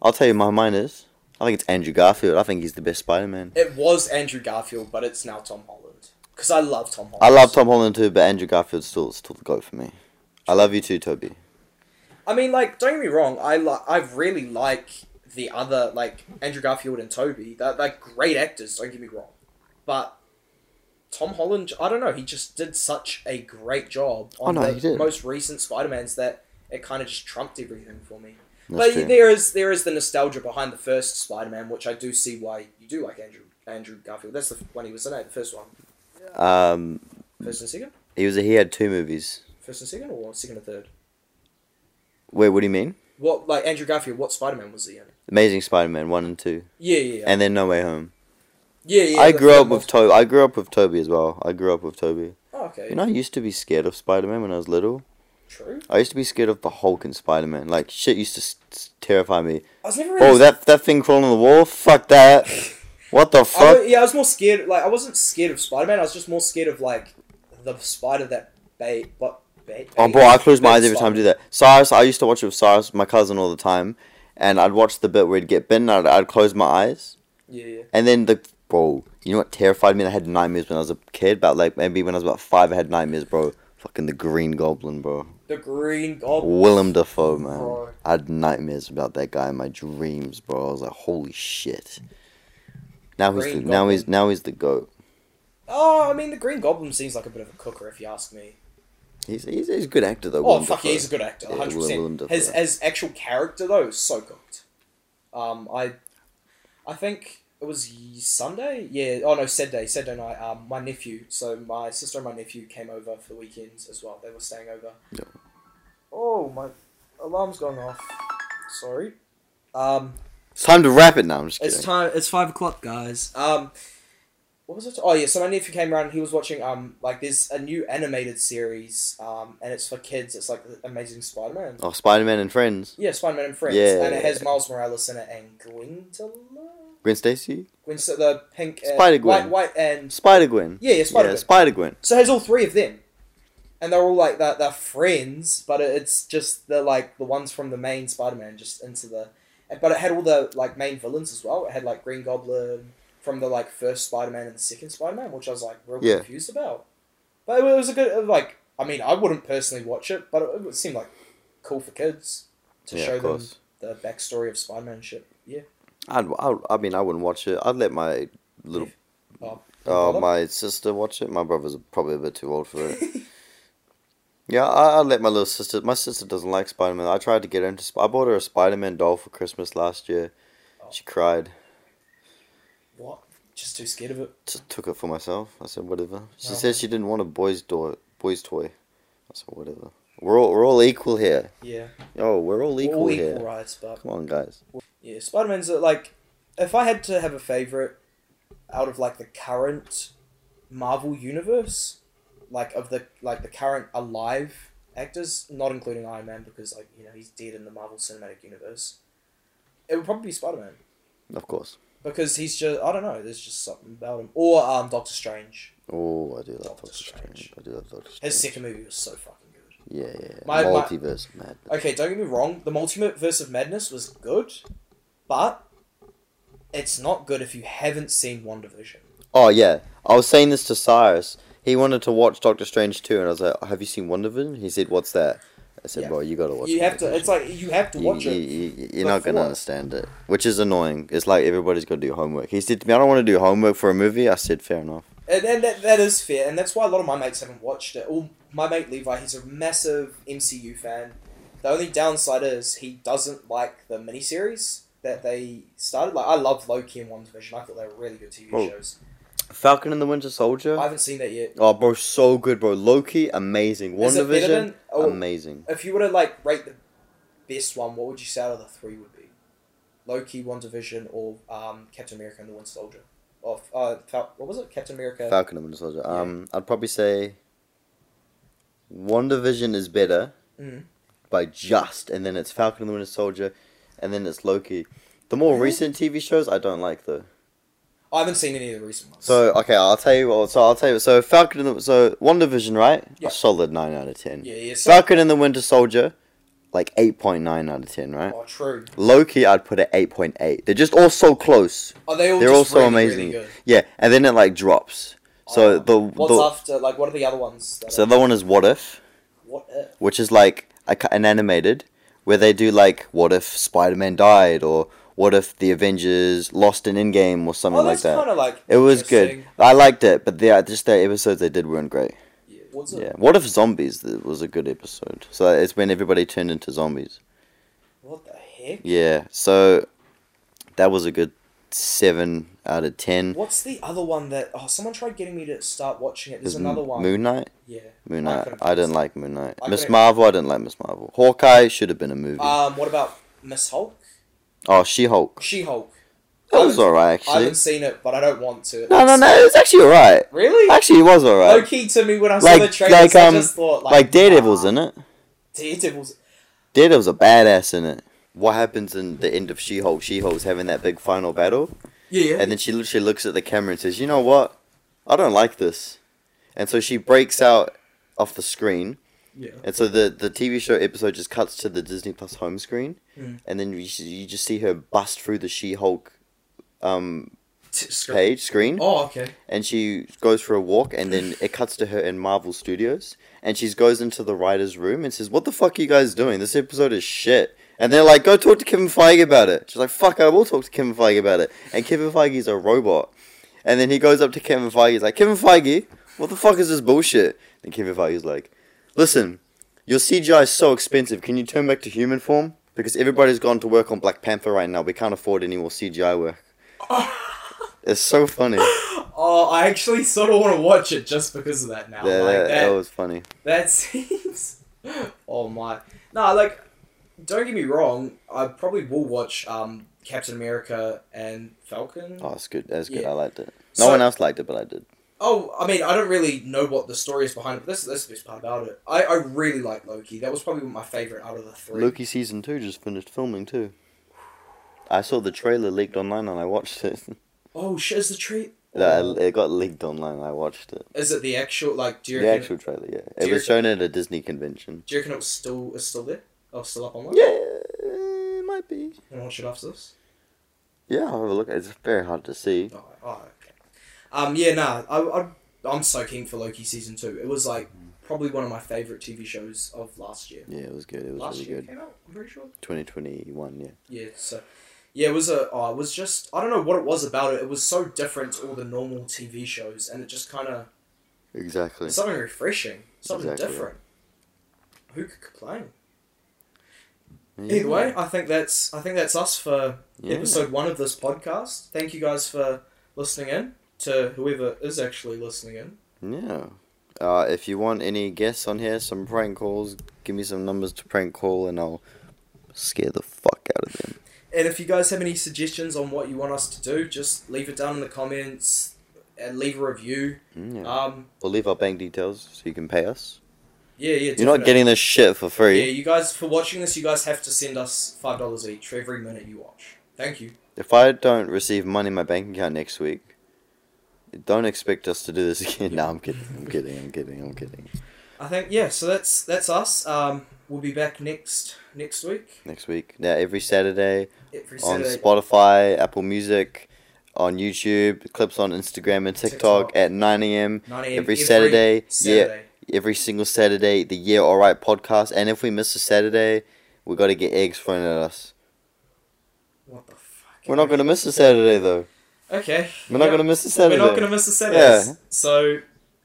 Speaker 2: I'll tell you, my mine is. I think it's Andrew Garfield. I think he's the best Spider Man.
Speaker 1: It was Andrew Garfield, but it's now Tom Holland. Because I love Tom Holland.
Speaker 2: I love Tom Holland too, but Andrew Garfield's still still the goat for me. I love you too, Toby.
Speaker 1: I mean, like, don't get me wrong. I li- I really like the other like Andrew Garfield and Toby. They're, they're great actors. Don't get me wrong, but Tom Holland, I don't know. He just did such a great job on
Speaker 2: Oh, no, he
Speaker 1: the
Speaker 2: did.
Speaker 1: most recent Spider Mans that it kind of just trumped everything for me.
Speaker 2: That's
Speaker 1: but
Speaker 2: true.
Speaker 1: there is there is the nostalgia behind the first Spider Man, which I do see why you do like Andrew Andrew Garfield. That's the f- one he was in, eh? The first one,
Speaker 2: Um,
Speaker 1: first and second,
Speaker 2: he was he had two movies.
Speaker 1: first and second, or second and third.
Speaker 2: Wait, what do you mean?
Speaker 1: What like Andrew Garfield? What Spider Man was he in?
Speaker 2: Amazing Spider Man one and two,
Speaker 1: Yeah, yeah, yeah.
Speaker 2: and then No Way Home.
Speaker 1: yeah, yeah
Speaker 2: I
Speaker 1: the
Speaker 2: grew
Speaker 1: third
Speaker 2: up
Speaker 1: one.
Speaker 2: with Toby. I grew up with Toby as well. I grew up with Toby.
Speaker 1: Oh, okay.
Speaker 2: You know, I used to be scared of Spider Man when I was little.
Speaker 1: True.
Speaker 2: I used to be scared of the Hulk and Spider Man. Like shit used to s- s- terrify me.
Speaker 1: I was never really.
Speaker 2: Oh, that that thing crawling on the wall. Fuck that. What the
Speaker 1: I
Speaker 2: fuck?
Speaker 1: wa- yeah, I was more scared. Like I wasn't scared of Spider Man. I was just more scared of like the spider that bait. What bait?
Speaker 2: Oh boy, I close my eyes every time I do that. Cyrus, I used to watch it with Cyrus, my cousin, all the time, and I'd watch the bit where he'd get bitten. I'd, I'd close my eyes,
Speaker 1: Yeah, yeah.
Speaker 2: and then the bro, you know what terrified me? I had nightmares when I was a kid, about like maybe when I was about five, I had nightmares, bro. Fucking the Green Goblin, bro.
Speaker 1: The Green Goblin.
Speaker 2: Willem Dafoe, man.
Speaker 1: Bro.
Speaker 2: I had nightmares about that guy in my dreams, bro. I was like, holy shit. Now he's the,
Speaker 1: Green
Speaker 2: now he's now he's the goat.
Speaker 1: Oh, I mean, the Green Goblin seems like a bit of a cooker, if you ask me.
Speaker 2: He's he's, he's a good actor though.
Speaker 1: Oh
Speaker 2: Willem
Speaker 1: fuck, yeah,
Speaker 2: Dafoe.
Speaker 1: he's a good actor,
Speaker 2: Yeah,
Speaker 1: hundred
Speaker 2: Willem
Speaker 1: percent.
Speaker 2: Dafoe.
Speaker 1: His his actual character though, is so cooked. Um, I, I think it was y- Sunday. Yeah. Oh no, Saturday. Saturday night. Um, my nephew. So my sister and my nephew came over for the weekends as well. They were staying over.
Speaker 2: Yep.
Speaker 1: Oh my, alarm's going off. Sorry. Um,
Speaker 2: It's time to wrap it now. I'm just kidding.
Speaker 1: it's time. It's five o'clock, guys. Um, what was it? Oh yeah. So my nephew came around. He was watching um like there's a new animated series um and it's for kids. It's like the Amazing Spider-Man.
Speaker 2: oh, Spider Man and Friends.
Speaker 1: Yeah, Spider-Man and Friends.
Speaker 2: Yeah,
Speaker 1: and it has
Speaker 2: yeah.
Speaker 1: Miles Morales in it and Gwendola.
Speaker 2: Gwen Stacy.
Speaker 1: Gwen, so the pink and
Speaker 2: Spider-Gwen.
Speaker 1: white, white and
Speaker 2: Spider Gwen.
Speaker 1: yeah, yeah, Spider.
Speaker 2: Yeah, Spider Gwen.
Speaker 1: so it has all three of them, and they're all like that. They're friends, but it- it's just the like the ones from the main Spider-Man just into the, but it had all the like main villains as well. It had like Green Goblin from the like first Spider-Man and the second Spider-Man, which I was like real
Speaker 2: Yeah.
Speaker 1: confused about. But it was a good like. I mean, I wouldn't personally watch it, but it, it seemed like cool for kids to
Speaker 2: yeah,
Speaker 1: show
Speaker 2: of
Speaker 1: them
Speaker 2: course.
Speaker 1: the backstory of Spider-Man shit. Yeah.
Speaker 2: I'd, I'd, I mean, I wouldn't watch it. I'd let my little,
Speaker 1: Oh,
Speaker 2: uh, my sister watch it. My brother's probably a bit too old for it. yeah, I, I'd let my little sister. My sister doesn't like Spider Man. I tried to get her into. Sp- I bought her a Spider Man doll for Christmas last year.
Speaker 1: Oh.
Speaker 2: She cried.
Speaker 1: what? Just too scared of it.
Speaker 2: Just took it for myself. I said whatever. She
Speaker 1: Oh.
Speaker 2: said she didn't want a boy's door, boy's toy. I said whatever. We're all we're all equal here.
Speaker 1: Yeah.
Speaker 2: Yo, we're all equal
Speaker 1: All
Speaker 2: here.
Speaker 1: equal rights, but
Speaker 2: Come on, guys.
Speaker 1: yeah, Spider Man's like, if I had to have a favorite out of like the current Marvel universe, like of the like the current alive actors, not including Iron Man because like you know he's dead in the Marvel Cinematic Universe, it would probably be Spider Man
Speaker 2: Of course.
Speaker 1: because he's just I don't know, there's just something about him or um Doctor Strange.
Speaker 2: Oh, I do love
Speaker 1: Doctor
Speaker 2: Doctor Strange.
Speaker 1: Strange.
Speaker 2: I do love Doctor Strange.
Speaker 1: His second movie was so fucking good.
Speaker 2: Yeah, yeah. yeah.
Speaker 1: My- my-
Speaker 2: Multiverse madness.
Speaker 1: Okay, don't get me wrong. The Multiverse of Madness was good, but it's not good if you haven't seen WandaVision.
Speaker 2: Oh yeah, I was saying this to Cyrus. He wanted to watch Doctor Strange too, and I was like, "Have you seen Wonder Vision?" He said, "What's that?" I said,
Speaker 1: Yeah.
Speaker 2: "Bro, you gotta watch."
Speaker 1: you have to.
Speaker 2: WandaVision.
Speaker 1: It's like you have to
Speaker 2: You-
Speaker 1: watch
Speaker 2: you,
Speaker 1: it.
Speaker 2: You, are not gonna
Speaker 1: before.
Speaker 2: understand it, which is annoying. It's like everybody's gotta do homework. He said to me, "I don't want to do homework for a movie." I said, "Fair enough."
Speaker 1: And, and that, that is fair, and that's why a lot of my mates haven't watched it. All my mate Levi, he's a massive MCU fan. The only downside is he doesn't like the miniseries. that they started. Like I love Loki and One Division. I thought they were really good TV
Speaker 2: Oh.
Speaker 1: shows.
Speaker 2: Falcon and the Winter Soldier.
Speaker 1: I haven't seen that yet.
Speaker 2: Oh, bro, so good, bro. Loki, amazing. One
Speaker 1: Is it better
Speaker 2: Division,
Speaker 1: than- oh,
Speaker 2: amazing.
Speaker 1: if you were to like rate the best one, what would you say out of the three would be? Loki, One Division, or um, Captain America and the Winter Soldier? Or uh, Fal- what was it? Captain America.
Speaker 2: Falcon and Winter Soldier. Um, I'd probably say One Division is better
Speaker 1: Mhm.
Speaker 2: by just, and then it's Falcon and the Winter Soldier, and then it's Loki. The more
Speaker 1: Really?
Speaker 2: recent TV shows, I don't like though.
Speaker 1: I haven't seen any of the recent ones.
Speaker 2: So okay, I'll tell you. What, so I'll tell you. So Falcon and the, so One Division, right?
Speaker 1: Yeah.
Speaker 2: A solid nine out of ten.
Speaker 1: yeah, yeah. So,
Speaker 2: Falcon and the Winter Soldier, like eight point nine out of ten, right?
Speaker 1: oh, true.
Speaker 2: Loki, I'd put at eight point eight. They're just all so close.
Speaker 1: Are Oh, they all?
Speaker 2: They're
Speaker 1: just
Speaker 2: all so
Speaker 1: really,
Speaker 2: amazing.
Speaker 1: Really good?
Speaker 2: Yeah, and then it like drops. So
Speaker 1: Oh.
Speaker 2: the
Speaker 1: What's
Speaker 2: the
Speaker 1: after? Like, what are the other ones? That
Speaker 2: so
Speaker 1: are,
Speaker 2: the one is What If,
Speaker 1: what? eh? If?
Speaker 2: which is like a, ca- an animated where they do like What If Spider Man died or What If the Avengers lost an in game or something
Speaker 1: oh,
Speaker 2: like
Speaker 1: that's
Speaker 2: that.
Speaker 1: kind of like
Speaker 2: It was good.
Speaker 1: interesting.
Speaker 2: I liked it, but the just the episodes they did weren't great.
Speaker 1: Yeah, what's it?
Speaker 2: Yeah. What if zombies th- was a good episode? So it's when everybody turned into zombies.
Speaker 1: What the heck?
Speaker 2: Yeah. So that was a good seven out of ten.
Speaker 1: What's the other one that? Oh, someone tried getting me to start watching it. There's
Speaker 2: Is
Speaker 1: another
Speaker 2: M-
Speaker 1: one.
Speaker 2: Moon Knight.
Speaker 1: Yeah.
Speaker 2: Moon
Speaker 1: I
Speaker 2: Knight.
Speaker 1: couldn't
Speaker 2: I, didn't
Speaker 1: place
Speaker 2: like Moon Knight.
Speaker 1: I
Speaker 2: Miss
Speaker 1: couldn't-
Speaker 2: Marvel. I didn't like Miss Marvel. Hawkeye should have been a movie.
Speaker 1: Um, what about Miss Hulk?
Speaker 2: oh, She Hulk.
Speaker 1: She Hulk.
Speaker 2: That was alright
Speaker 1: I haven't
Speaker 2: actually.
Speaker 1: seen it, but I don't want to.
Speaker 2: No, no,
Speaker 1: It's-
Speaker 2: no. It's actually alright.
Speaker 1: Really?
Speaker 2: Actually, it was
Speaker 1: Low
Speaker 2: alright.
Speaker 1: key to me when I saw
Speaker 2: Like-
Speaker 1: the trailer,
Speaker 2: like,
Speaker 1: I
Speaker 2: um,
Speaker 1: just thought like,
Speaker 2: Like Daredevil's in it.
Speaker 1: Daredevil's.
Speaker 2: Daredevil's a badass in it. What happens in the end of She Hulk? She Hulk's having that big final battle.
Speaker 1: Yeah.
Speaker 2: And then she literally looks at the camera and says, "You know what? I don't like this." And so she breaks out off the screen.
Speaker 1: Yeah.
Speaker 2: And so the the TV show episode just cuts to the Disney Plus home screen,
Speaker 1: Mm.
Speaker 2: and then you, s- you just see her bust through the She Hulk um,
Speaker 1: T- script.
Speaker 2: page screen,
Speaker 1: Oh, okay.
Speaker 2: and she goes for a walk, and then it cuts to her in Marvel Studios, and she goes into the writers' room and says, "What the fuck are you guys doing? This episode is shit." And they're like, "Go talk to Kevin Feige about it." She's like, "Fuck, I will talk to Kevin Feige about it." And Kevin Feige's a robot, and then he goes up to Kevin Feige. He's like, "Kevin Feige, what the fuck is this bullshit?" And Kevin Feige's like, "Listen, your CGI is so expensive. Can you turn back to human form? Because everybody's gone to work on Black Panther right now. We can't afford any more CGI work." It's so funny.
Speaker 1: Oh, I actually sort of want to watch it just because of that now.
Speaker 2: Yeah,
Speaker 1: like
Speaker 2: that,
Speaker 1: that,
Speaker 2: that was funny.
Speaker 1: that seems. Oh my. No, like, don't get me wrong. I probably will watch um Captain America and Falcon.
Speaker 2: Oh, it's good. That's good.
Speaker 1: Yeah.
Speaker 2: I liked it. No
Speaker 1: So-
Speaker 2: one else liked it, but I did.
Speaker 1: Oh, I mean, I don't really know what the story is behind it, but that's, that's the best part about it. I, I really like Loki. That was probably my favorite out of the three.
Speaker 2: Loki season two just finished filming too. I saw the trailer leaked online and I watched it.
Speaker 1: Oh shit! Is the tree? oh,
Speaker 2: No, it got leaked online. and I watched it.
Speaker 1: Is it the actual like? Do you
Speaker 2: The
Speaker 1: reckon?
Speaker 2: actual trailer, yeah.
Speaker 1: Do
Speaker 2: It
Speaker 1: you
Speaker 2: was shown at a Disney convention.
Speaker 1: Do you reckon it was still is still there? Oh, still up online.
Speaker 2: Yeah, it might be.
Speaker 1: You wanna watch it after this?
Speaker 2: Yeah, I'll have a look. It's very hard to see.
Speaker 1: Oh, oh okay. Um, yeah, nah. I, I I'm so keen for Loki season two. It was like probably one of my favorite TV shows of last year.
Speaker 2: Yeah, it was good. It was
Speaker 1: last
Speaker 2: really
Speaker 1: year
Speaker 2: good.
Speaker 1: came out. I'm pretty sure.
Speaker 2: 2021, yeah.
Speaker 1: Yeah. So. Yeah, it was a. Oh, it was just. I don't know what it was about it. It was so different to all the normal TV shows, and it just kind of
Speaker 2: Exactly.
Speaker 1: something refreshing, something
Speaker 2: Exactly.
Speaker 1: different. Who could complain?
Speaker 2: Yeah.
Speaker 1: Either way, I think that's I think that's us for
Speaker 2: Yeah.
Speaker 1: episode one of this podcast. Thank you guys for listening in to whoever is actually listening in.
Speaker 2: Yeah. Uh, if you want any guests on here, some prank calls, give me some numbers to prank call and I'll scare the fuck out of them.
Speaker 1: And if you guys have any suggestions on what you want us to do, just leave it down in the comments and leave a review.
Speaker 2: Mm, Yeah.
Speaker 1: Um,
Speaker 2: we'll leave our bank details so you can pay us.
Speaker 1: yeah, yeah.
Speaker 2: You're not
Speaker 1: definitely.
Speaker 2: getting this shit for
Speaker 1: Yeah,
Speaker 2: free.
Speaker 1: you guys for watching this, you guys have to send us five dollars each for every minute you watch. Thank you.
Speaker 2: If I don't receive money in my bank account next week, don't expect us to do this again. no, I'm kidding. I'm kidding. I'm kidding. I'm kidding.
Speaker 1: I think yeah. So that's that's us. Um, we'll be back next next week.
Speaker 2: Next week. Now, every Saturday
Speaker 1: Every
Speaker 2: on
Speaker 1: Saturday.
Speaker 2: Spotify, Apple Music, on YouTube, clips on Instagram and TikTok,
Speaker 1: TikTok.
Speaker 2: at 9 a.m.
Speaker 1: 9 a.m.
Speaker 2: Every, Saturday, yeah,
Speaker 1: Saturday.
Speaker 2: every single Saturday, the Year Alright podcast. And if we miss a Saturday, we got to get eggs thrown at us.
Speaker 1: What the fuck?
Speaker 2: We're not going to miss a Saturday, though.
Speaker 1: Okay.
Speaker 2: We're not
Speaker 1: yeah.
Speaker 2: going to miss a Saturday.
Speaker 1: We're not gonna miss the Saturdays.
Speaker 2: Yeah.
Speaker 1: So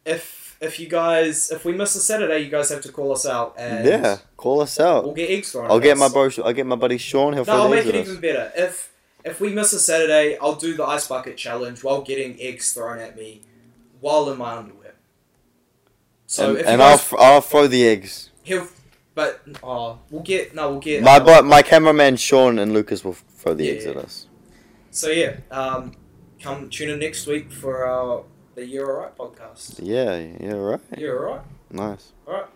Speaker 1: if if if you guys if we miss a Saturday, you guys have to call us out and
Speaker 2: yeah, call us
Speaker 1: we'll
Speaker 2: out.
Speaker 1: get extra. on
Speaker 2: I'll get
Speaker 1: us.
Speaker 2: my bro. I'll get my buddy Sean. He'll
Speaker 1: No, I'll
Speaker 2: fill
Speaker 1: make
Speaker 2: these
Speaker 1: it
Speaker 2: with
Speaker 1: even
Speaker 2: us.
Speaker 1: better. If if we miss a Saturday, I'll do the ice bucket challenge while getting eggs thrown at me while in my underwear. So
Speaker 2: And,
Speaker 1: if
Speaker 2: and
Speaker 1: you
Speaker 2: I'll
Speaker 1: guys,
Speaker 2: f- I'll throw the eggs.
Speaker 1: he'll, but oh, we'll get no, we'll get
Speaker 2: My
Speaker 1: uh,
Speaker 2: bu- my cameraman Sean and Lucas will f- throw the
Speaker 1: Yeah,
Speaker 2: eggs at
Speaker 1: yeah.
Speaker 2: us.
Speaker 1: So yeah, um, come tune in next week for our the Year Alright podcast.
Speaker 2: Yeah, yeah, right.
Speaker 1: Year Alright,
Speaker 2: Nice.
Speaker 1: alright.